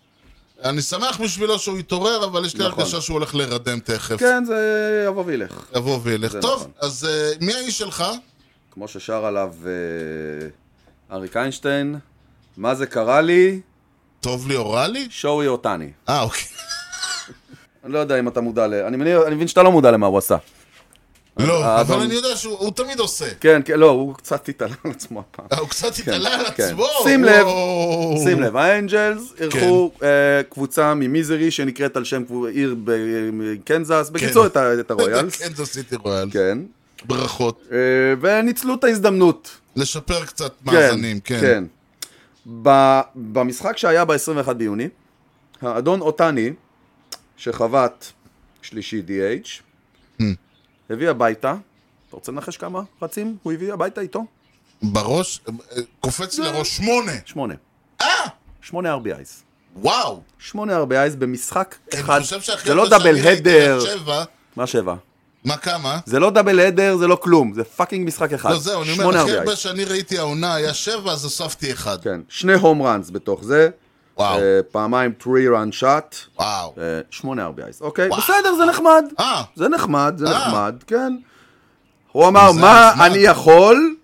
Speaker 1: אני שמח בשבילו שהוא התעורר, אבל יש לי
Speaker 2: נכון.
Speaker 1: הרגשה שהוא הולך להירדם תכף.
Speaker 2: כן, זה יבוא וילך.
Speaker 1: יבוא וילך.
Speaker 2: זה
Speaker 1: טוב,
Speaker 2: נכון.
Speaker 1: אז אה, מי האיש שלך?
Speaker 2: כמו ששר עליו אה, אריק איינשטיין, מה זה קרה לי?
Speaker 1: טוב לי או רע לי?
Speaker 2: שואוי אותני.
Speaker 1: אה, אוקיי.
Speaker 2: אני לא יודע אם אתה מודע ל... אני מבין- אני מבין שאתה לא מודע למה הוא עשה.
Speaker 1: לא,
Speaker 2: אה,
Speaker 1: אבל
Speaker 2: אבל-
Speaker 1: אני יודע שהוא הוא תמיד עושה.
Speaker 2: כן, כן, לא, הוא קצת התעלה על עצמו הפעם.
Speaker 1: אה, הוא קצת התעלה על
Speaker 2: כן.
Speaker 1: עצמו.
Speaker 2: שים לב,
Speaker 1: וואו.
Speaker 2: שים לב, האנג'לס אירחו
Speaker 1: כן.
Speaker 2: אה, קבוצה ממיזרי שנקראת על שם קבו- עיר בקנזס, בקיצור את ה- את הרויאלס,
Speaker 1: כן, זה סיטי רויאל.
Speaker 2: כן,
Speaker 1: ברכות.
Speaker 2: אה, וניצלו את ההזדמנות.
Speaker 1: לשפר קצת מאזנים, כן.
Speaker 2: כן. ב- במשחק שהיה ב-21 ביוני, האדון אותני, שחבט שלישי DH,
Speaker 1: Hmm.
Speaker 2: הביא הביתה, אתה רוצה לנחש כמה רצים הוא הביא הביתה איתו?
Speaker 1: בראש, אה, קופץ לי לראש שמונה.
Speaker 2: שמונה.
Speaker 1: אה!
Speaker 2: שמונה RBIs.
Speaker 1: וואו!
Speaker 2: שמונה RBIs במשחק אחד.
Speaker 1: אני חושב שהכי
Speaker 2: זה לא
Speaker 1: הרבה
Speaker 2: דאבל
Speaker 1: שאני ראיתי
Speaker 2: הדר.
Speaker 1: עד שבע,
Speaker 2: מה שבע?
Speaker 1: מה כמה?
Speaker 2: זה לא דאבל הדר, זה לא כלום, זה פאקינג משחק אחד.
Speaker 1: לא זהו, אני אומר,
Speaker 2: אה, שמונה
Speaker 1: הכי הרבה
Speaker 2: RBIs.
Speaker 1: שאני ראיתי העונה היה שבע, אז הוספתי אחד.
Speaker 2: כן, שני הום ראנס בתוך זה.
Speaker 1: וואו.
Speaker 2: אה, פעמיים 3 run shot.
Speaker 1: וואו.
Speaker 2: אה, שמונה RBIs. אוקיי, בסדר, זה נחמד.
Speaker 1: אה,
Speaker 2: זה נחמד, זה
Speaker 1: אה.
Speaker 2: נחמד, כן. הוא אמר,
Speaker 1: זה נחמד."
Speaker 2: מה אני יכול?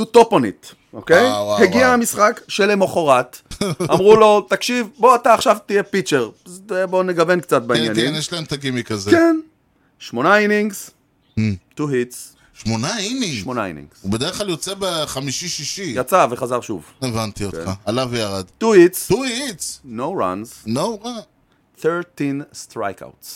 Speaker 2: to top on it, אוקיי?
Speaker 1: וואו, אה, וואו,
Speaker 2: הגיע
Speaker 1: וואו.
Speaker 2: המשחק שלמחרת, אמרו לו, תקשיב, בוא אתה עכשיו תהיה פיצ'ר, אז בוא נגוון קצת
Speaker 1: כן,
Speaker 2: בעניינים.
Speaker 1: כן, Mm. יש להם את הגימיק הזה.
Speaker 2: כן, שמונה אינינגס, two hits,
Speaker 1: שמונה אינינג.
Speaker 2: שמונה כן. אינינגס.
Speaker 1: הוא בדרך כלל יוצא בחמישי-שישי.
Speaker 2: יצא וחזר שוב.
Speaker 1: הבנתי אותך.
Speaker 2: כן.
Speaker 1: עלה וירד.
Speaker 2: two hits,
Speaker 1: two hits.
Speaker 2: no runs,
Speaker 1: נו, רע.
Speaker 2: 13 strikeouts.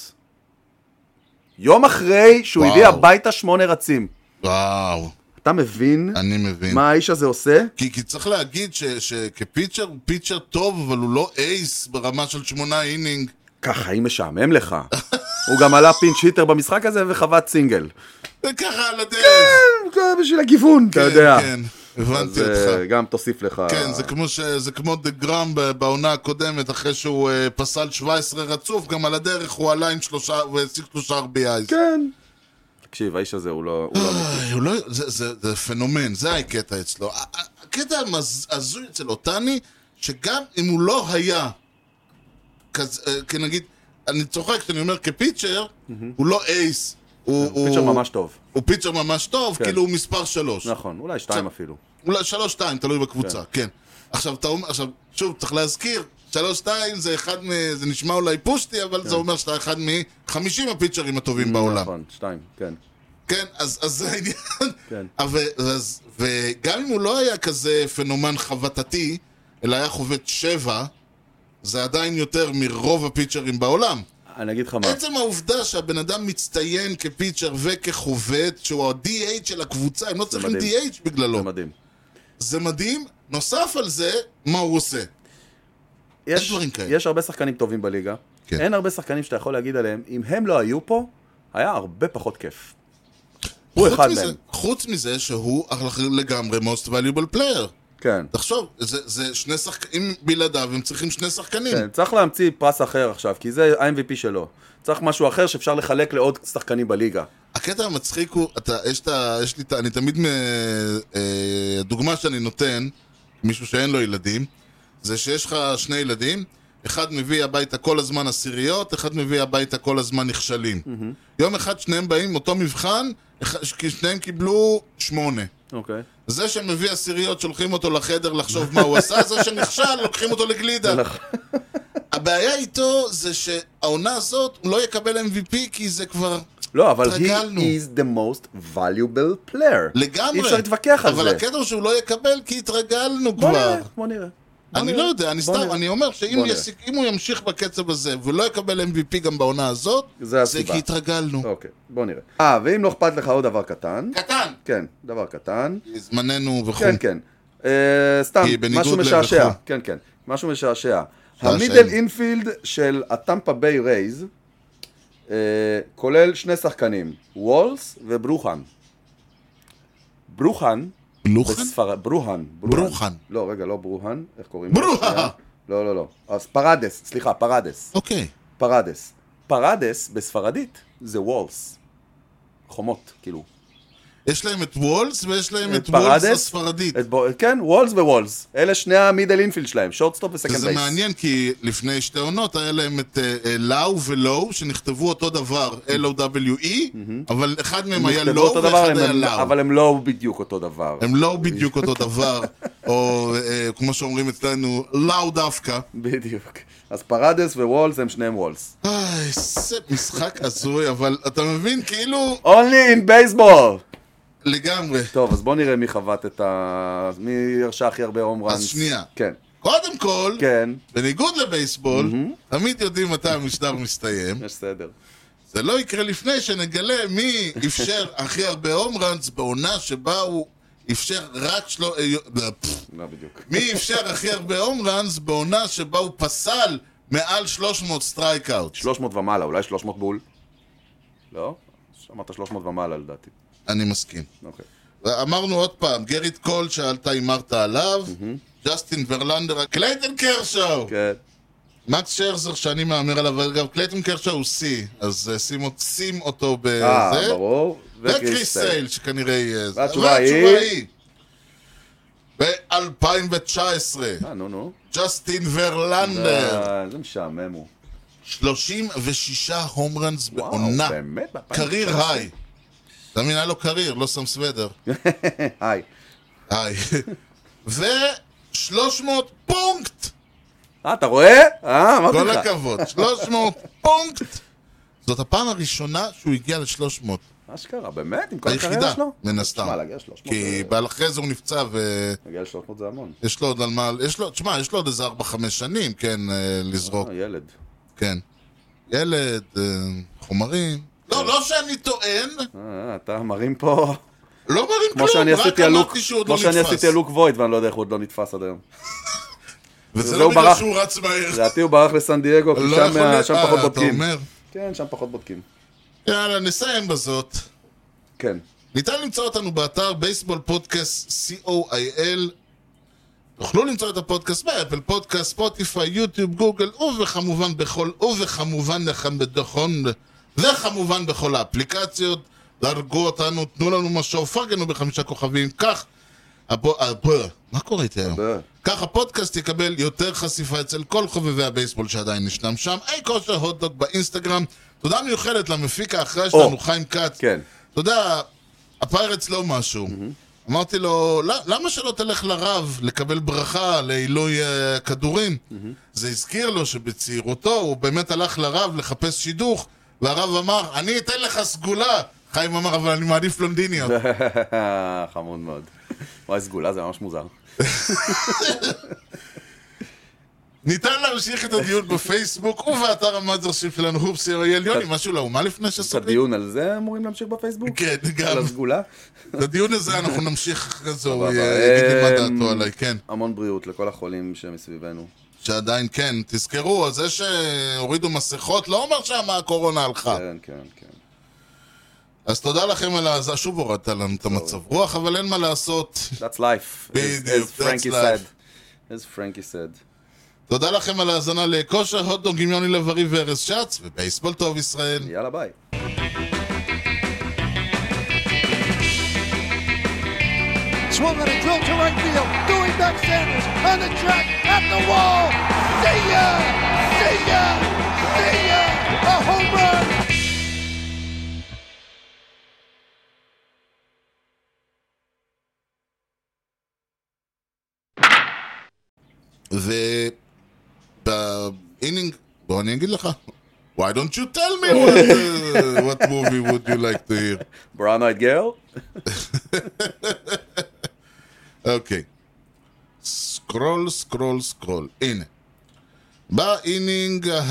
Speaker 2: יום אחרי שהוא
Speaker 1: וואו.
Speaker 2: הביא הביתה שמונה רצים.
Speaker 1: וואו,
Speaker 2: אתה מבין
Speaker 1: אני מבין.
Speaker 2: מה האיש הזה עושה?
Speaker 1: כי, כי צריך להגיד ש- שכפיצ'ר הוא פיצ'ר טוב, אבל הוא לא אייס ברמה של שמונה אינינג.
Speaker 2: ככה, אם משעמם לך. הוא גם עלה פינץ' היטר במשחק הזה וחבט סינגל.
Speaker 1: זה ככה על הדרך.
Speaker 2: זה בשביל הגיוון, כן, אתה יודע. אה,
Speaker 1: כן, כן, הבנתי
Speaker 2: זה
Speaker 1: אותך.
Speaker 2: גם תוסיף לך.
Speaker 1: כן, זה כמו, ש... זה כמו דה גראם ב- בעונה הקודמת, אחרי שהוא אה, פסל 17 רצוף, גם על הדרך הוא עלה עם שלושה, הוא השיג שלושה RBIs.
Speaker 2: כן. תקשיב, האיש הזה הוא לא... הוא לא אמיתי.
Speaker 1: איי, הוא לא... זה, זה, זה פנומן, זה הקטע אצלו. ה- ה- הקטע המז- ההזוי אצל אותני, שגם אם הוא לא היה, כזה, אה, כנגיד, אני צוחק כשאני אומר כפיצ'ר, הוא לא אייס. הוא, אה, הוא,
Speaker 2: פיצ'ר ממש כן. נכון. טוב.
Speaker 1: הוא פיצ'ר ממש טוב, כאילו הוא מספר שלוש.
Speaker 2: נכון, אולי שתיים אפילו.
Speaker 1: אולי שלוש-שתיים, תלוי בקבוצה, כן. עכשיו, אתה אומר, עכשיו, שוב, צריך להזכיר, 3-2 זה אחד מ... זה נשמע אולי פושטי, אבל זה אומר שאתה אחד מ-50 הפיצ'רים הטובים בעולם.
Speaker 2: כן. נכון, שתיים, כן.
Speaker 1: כן, אז, אז זה העניין.
Speaker 2: כן.
Speaker 1: אבל, אז, וגם אם הוא לא היה כזה פנומן חבטתי, אלא היה חובט שבע, זה עדיין יותר מרוב הפיצ'רים בעולם.
Speaker 2: אני אגיד לך מה.
Speaker 1: עצם העובדה שהבן אדם מצטיין כפיצ'ר וכחובט, שהוא ה-DH של הקבוצה, הם לא צריכים
Speaker 2: מדהים.
Speaker 1: DH בגללו.
Speaker 2: זה מדהים.
Speaker 1: זה מדהים. נוסף על זה, מה הוא עושה.
Speaker 2: יש,
Speaker 1: דברים כאלה.
Speaker 2: יש הרבה שחקנים טובים בליגה.
Speaker 1: כן.
Speaker 2: כן. אין הרבה שחקנים שאתה יכול להגיד עליהם, אם הם לא היו פה, היה הרבה פחות כיף. הוא
Speaker 1: חוץ
Speaker 2: אחד
Speaker 1: מזה-
Speaker 2: מהם.
Speaker 1: חוץ מזה שהוא לגמרי most valuable player.
Speaker 2: כן.
Speaker 1: תחשוב, זה, זה שני שחקנים, בלעדיו הם צריכים שני שחקנים.
Speaker 2: כן, צריך להמציא פרס אחר עכשיו, כי זה ה-MVP שלו. צריך משהו אחר שאפשר לחלק לעוד שחקנים בליגה.
Speaker 1: הקטע המצחיק הוא, אתה, יש את ה... יש לי את ה... אני תמיד... מ- אה, הדוגמה שאני נותן, מישהו שאין לו ילדים, זה שיש לך שני ילדים, אחד מביא הביתה כל הזמן עשיריות, אחד מביא הביתה כל הזמן נכשלים. יום אחד שניהם באים, אותו מבחן, אחד- כי שניהם קיבלו שמונה.
Speaker 2: אוקיי.
Speaker 1: זה שמביא עשיריות, שולחים אותו לחדר לחשוב מה הוא עשה, זה שנכשל, לוקחים אותו לגלידה.
Speaker 2: נכון.
Speaker 1: הבעיה איתו זה שהעונה הזאת, הוא לא יקבל MVP כי זה כבר...
Speaker 2: לא, אבל
Speaker 1: התרגלנו.
Speaker 2: he is the most valuable player.
Speaker 1: לגמרי.
Speaker 2: אי אפשר להתווכח על
Speaker 1: אבל
Speaker 2: זה.
Speaker 1: הקטע הוא שהוא לא יקבל כי התרגלנו כבר.
Speaker 2: בוא נראה, בוא נראה. בוא
Speaker 1: אני
Speaker 2: נראה,
Speaker 1: לא יודע, אני
Speaker 2: בוא
Speaker 1: סתם,
Speaker 2: נראה.
Speaker 1: אני אומר שאם
Speaker 2: בוא נראה.
Speaker 1: יסיק- אם הוא ימשיך בקצב הזה ולא יקבל MVP גם בעונה הזאת,
Speaker 2: זה
Speaker 1: זה
Speaker 2: הסיבה.
Speaker 1: כי התרגלנו.
Speaker 2: אוקיי, בוא נראה. אה, ואם לא אכפת לך עוד דבר קטן,
Speaker 1: קטן!
Speaker 2: כן, דבר קטן.
Speaker 1: זמננו וכו'.
Speaker 2: כן, כן. אה, סתם,
Speaker 1: כי בניגוד
Speaker 2: משהו
Speaker 1: ל-
Speaker 2: משעשע.
Speaker 1: וכו'.
Speaker 2: כן, כן, משהו משעשע.
Speaker 1: משעשע.
Speaker 2: המידל אינפילד של הטמפה ביי רייז, אה, כולל שני שחקנים, וולס וברוכן. ברוכן,
Speaker 1: לוחן?
Speaker 2: כן. בספר... ברוהן.
Speaker 1: ברוכן.
Speaker 2: לא, רגע, לא ברוהן, איך קוראים
Speaker 1: ברוהן.
Speaker 2: שנייה. לא, לא, לא. אז פרדס, סליחה, פרדס.
Speaker 1: אוקיי.
Speaker 2: פרדס. פרדס בספרדית זה וולס. חומות, כאילו.
Speaker 1: יש להם את וולס ויש להם את
Speaker 2: את
Speaker 1: וולס
Speaker 2: פרדס?
Speaker 1: הספרדית.
Speaker 2: את בו... כן, וולס ווולס. אלה שני המידל אינפילד שלהם, שורטסטופ וסקנד כן, בייס.
Speaker 1: שזה מעניין כי לפני שתי עונות היה להם את אה, אה, לאו ולואו שנכתבו אותו דבר, L-O-W-E, E, אבל אחד מהם היה
Speaker 2: Mm-hmm. נכתבו
Speaker 1: לאו
Speaker 2: אותו דבר,
Speaker 1: ואחד
Speaker 2: הם-
Speaker 1: היה
Speaker 2: הם-
Speaker 1: לאו.
Speaker 2: אבל הם לא בדיוק אותו דבר.
Speaker 1: הם לא בדיוק אותו דבר, או אה, כמו שאומרים אצלנו, לאו דווקא.
Speaker 2: בדיוק. אז פרדס ווולס הם שניהם וולס.
Speaker 1: איי, זה משחק הזוי, אבל אתה מבין, כאילו,
Speaker 2: Only in baseball!
Speaker 1: לגמרי.
Speaker 2: טוב, אז בוא נראה מי חבט את ה... מי הרשה הכי הרבה הום ראנס.
Speaker 1: אז שנייה.
Speaker 2: כן,
Speaker 1: קודם כל,
Speaker 2: כן, Mm-hmm.
Speaker 1: בניגוד לבייסבול, תמיד יודעים מתי המשדר מסתיים.
Speaker 2: יש סדר.
Speaker 1: זה לא יקרה לפני שנגלה מי אפשר הכי הרבה הום ראנס בעונה שבה הוא אפשר רק שלו... אה, יו- אה, פפ.
Speaker 2: לא בדיוק.
Speaker 1: מי אפשר הכי הרבה הום ראנס בעונה שבה הוא פסל מעל 300 סטרייקאוט.
Speaker 2: 300 ומעלה, אולי 300 בול? לא? אמרת 300 ומעלה לדעתי.
Speaker 1: אני מסכים.
Speaker 2: אוקיי.
Speaker 1: אמרנו עוד פעם, גריט קול שאלת הימרת עליו, ג'סטין ורלנדר, קלייטון קרשו!
Speaker 2: כן.
Speaker 1: מקס שרזר שאני מהמר עליו, אגב, קלייטון קרשו הוא שיא, אז אה, שים אות- שים אותו
Speaker 2: אה,
Speaker 1: בזה.
Speaker 2: ברור.
Speaker 1: וקריס סייל שכנראה יהיה זה.
Speaker 2: והתשובה היא?
Speaker 1: ב-2019,
Speaker 2: אה, נו, נו.
Speaker 1: ג'סטין ורלנדר,
Speaker 2: אה, זה משעמם הוא.
Speaker 1: 36 הום ראנס
Speaker 2: וואו,
Speaker 1: בעונה,
Speaker 2: באמת?
Speaker 1: קרייר היי. אתה מבין, היה לו קרייר, לא שם סוודר.
Speaker 2: היי.
Speaker 1: היי. ו-300 פונקט!
Speaker 2: אה, אתה רואה? אה, אמרתי
Speaker 1: כל
Speaker 2: לך.
Speaker 1: הכבוד, 300 פונקט! זאת הפעם הראשונה שהוא הגיע ל-300.
Speaker 2: אשכרה, באמת? עם כל
Speaker 1: היחידה,
Speaker 2: הקריירה שלו?
Speaker 1: מן הסתם.
Speaker 2: שמע, להגיע 300
Speaker 1: כי
Speaker 2: זה-
Speaker 1: אחרי זה הוא נפצע ויש
Speaker 2: להגיע ל-300 זה המון.
Speaker 1: לו עוד על מה... יש לו, תשמע, יש לו עוד איזה 4-5 שנים, כן, אה, לזרוק,
Speaker 2: אה, ילד.
Speaker 1: כן. ילד, אה, חומרים. לא, לא שאני טוען,
Speaker 2: אה, אתה מרים פה...
Speaker 1: לא מראים
Speaker 2: כמו שאני
Speaker 1: כלום, רק
Speaker 2: עשיתי הלוק,
Speaker 1: אמרתי שהוא עוד לא
Speaker 2: כמו שאני
Speaker 1: נתפס.
Speaker 2: עשיתי הלוק וויד ואני לא יודע איך הוא עוד לא נתפס עד היום.
Speaker 1: וזה
Speaker 2: וזה
Speaker 1: לא
Speaker 2: הוא
Speaker 1: בגלל
Speaker 2: ברח.
Speaker 1: שהוא רץ מהר.
Speaker 2: לדעתי הוא ברח לסן דייגו, כי
Speaker 1: לא
Speaker 2: שם
Speaker 1: יכול
Speaker 2: מה-
Speaker 1: להיות-
Speaker 2: שם
Speaker 1: אה,
Speaker 2: פחות
Speaker 1: אתה
Speaker 2: בודקים.
Speaker 1: אומר.
Speaker 2: כן, שם פחות בודקים.
Speaker 1: יאללה, נסיים בזאת.
Speaker 2: כן.
Speaker 1: ניתן למצוא אותנו באתר בייסבול פודקאסט co.il. תוכלו למצוא את הפודקאסט באפל פודקאסט, ספוטיפיי, יוטיוב, גוגל, וכמובן בכל, וכמובן לכם בדכון, וכמובן בכל האפליקציות. דרגו אותנו, תנו לנו משהו, פרגנו בחמישה כוכבים, כך. הפו- הפו- מה קורה איתי היום?
Speaker 2: ב-
Speaker 1: כך הפודקאסט יקבל יותר חשיפה אצל כל חובבי הבייסבול שעדיין ישנם שם. אי כושר הוטדוק באינסטגרם. תודה מיוחדת למפיק האחראי שלנו, חיים כץ.
Speaker 2: כן.
Speaker 1: אתה יודע, הפיירטס לא משהו. אמרתי לו, "ל- למה שלא תלך לרב לקבל ברכה לעילוי אה, כדורים? זה הזכיר לו שבצעירותו הוא באמת הלך לרב לחפש שידוך, והרב אמר, אני אתן לך סגולה! חיים אמר, אבל אני מעדיף בלונדיניות.
Speaker 2: חמוד מאוד. וואי, סגולה זה ממש מוזר.
Speaker 1: ניתן להמשיך את הדיון בפייסבוק ובאתר המאזרשים שלנו, הופסי אריאל יוני, משהו לאומה לפני
Speaker 2: את
Speaker 1: שסוגרים?
Speaker 2: הדיון על זה אמורים להמשיך בפייסבוק?
Speaker 1: כן,
Speaker 2: על
Speaker 1: גם.
Speaker 2: הסגולה?
Speaker 1: את הדיון הזה אנחנו נמשיך אחרי זה, הוא
Speaker 2: סבבה.
Speaker 1: אה, יגיד לי מה
Speaker 2: אה,
Speaker 1: דעתו עליי, כן.
Speaker 2: המון בריאות לכל החולים שמסביבנו.
Speaker 1: שעדיין כן, תזכרו, זה שהורידו מסכות לא אומר שמה הקורונה הלכה.
Speaker 2: כן, כן, כן.
Speaker 1: אז תודה לכם על הזה, שוב הורדת לנו את המצב רוח, אבל אין מה לעשות.
Speaker 2: That's life. as-
Speaker 1: בדיוק,
Speaker 2: as Frankie
Speaker 1: that's life.
Speaker 2: said. as Frankie said.
Speaker 1: תודה לכם על ההאזנה לכושר הוטדוג עם יוני לב-ארי וארז שץ, ובייסבול טוב ישראל.
Speaker 2: יאללה, ביי.
Speaker 3: Swung on a drill to right field. Doing back Sanders on the track at the wall. See ya! See ya! See ya! A home run!
Speaker 1: ובאינינג, בוא אני אגיד לך. Why don't you tell me what, uh, what movie would you like to hear?
Speaker 2: brown eyed girl?
Speaker 1: אוקיי. סקרול, סקרול, סקרול. הנה. באינינג ה...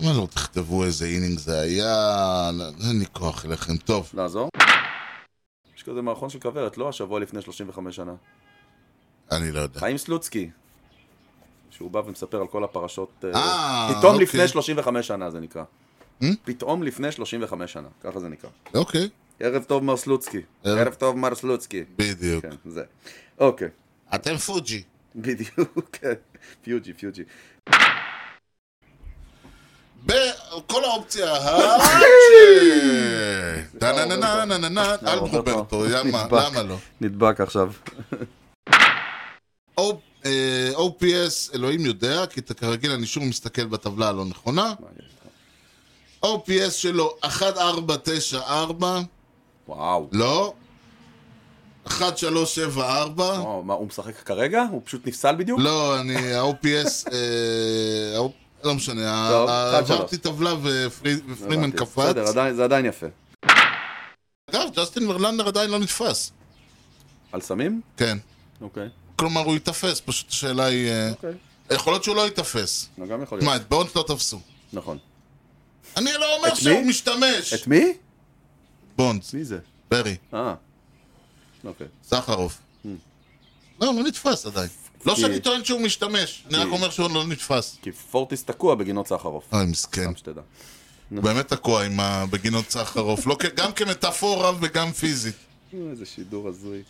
Speaker 1: למה לא תכתבו איזה אינינג זה היה? לא- אין לי כוח אליכם. טוב.
Speaker 2: לעזור? יש כזה מערכון של כוורת, לא השבוע לפני 35 שנה.
Speaker 1: אני לא יודע.
Speaker 2: חיים סלוצקי, שהוא בא ומספר על כל הפרשות... אה,
Speaker 1: אה,
Speaker 2: פתאום
Speaker 1: אוקיי. Hmm?
Speaker 2: לפני 35 שנה זה נקרא. פתאום לפני 35 שנה, ככה זה נקרא.
Speaker 1: אוקיי.
Speaker 2: ערב טוב מר סלוצקי.
Speaker 1: ערב-
Speaker 2: ערב טוב מר סלוצקי.
Speaker 1: בדיוק.
Speaker 2: כן, זה. אוקיי,
Speaker 1: אתם פוג'י.
Speaker 2: בדיוק. כן. פיוג'י, פיוג'י.
Speaker 1: בכל האופציה ה... טה-נה-נה-נה-נה-נה, אל רוברטו, למה
Speaker 2: לא, נדבק.
Speaker 1: למה לא?
Speaker 2: נדבק עכשיו.
Speaker 1: O- אה, OPS, אלוהים יודע, כי אתה- כרגיל אני שוב מסתכל בטבלה הלא נכונה. OPS שלו 1494,
Speaker 2: וואו.
Speaker 1: לא. 1374,
Speaker 2: וואו, לא, מה, הוא משחק כרגע? הוא פשוט נפסל בדיוק?
Speaker 1: לא, אני, ה-OPS, אה, ה- לא משנה, ה-
Speaker 2: טוב,
Speaker 1: ה-
Speaker 2: אחד שלוש.
Speaker 1: עברתי טבלה ופרי- ופרימן
Speaker 2: הבנתי.
Speaker 1: קפץ.
Speaker 2: בסדר, עדיין- זה עדיין יפה.
Speaker 1: אגב, ג'סטין מרלנדר עדיין לא נתפס.
Speaker 2: על סמים?
Speaker 1: כן.
Speaker 2: אוקיי.
Speaker 1: כלומר, הוא ייתפס, פשוט השאלה היא... אה,
Speaker 2: אוקיי.
Speaker 1: יכול להיות שהוא לא ייתפס.
Speaker 2: נו, גם יכול להיות.
Speaker 1: מה, את בונט לא תפסו.
Speaker 2: נכון.
Speaker 1: אני לא אומר
Speaker 2: את
Speaker 1: שהוא
Speaker 2: מי?
Speaker 1: משתמש.
Speaker 2: את מי?
Speaker 1: בונד,
Speaker 2: מי זה?
Speaker 1: ברי,
Speaker 2: אה. אוקיי.
Speaker 1: סחרוף. לא, לא נתפס עדיין. לא
Speaker 2: כי-
Speaker 1: שאני טוען שהוא משתמש, אני רק אומר שהוא לא נתפס.
Speaker 2: כי פורטיס תקוע בגינות סחרוף.
Speaker 1: אוי, מסכן.
Speaker 2: גם שתדע.
Speaker 1: הוא באמת תקוע עם ה- בגינות סחרוף. לא כ- גם כמטאפורה וגם פיזית.
Speaker 2: איזה שידור הזוי.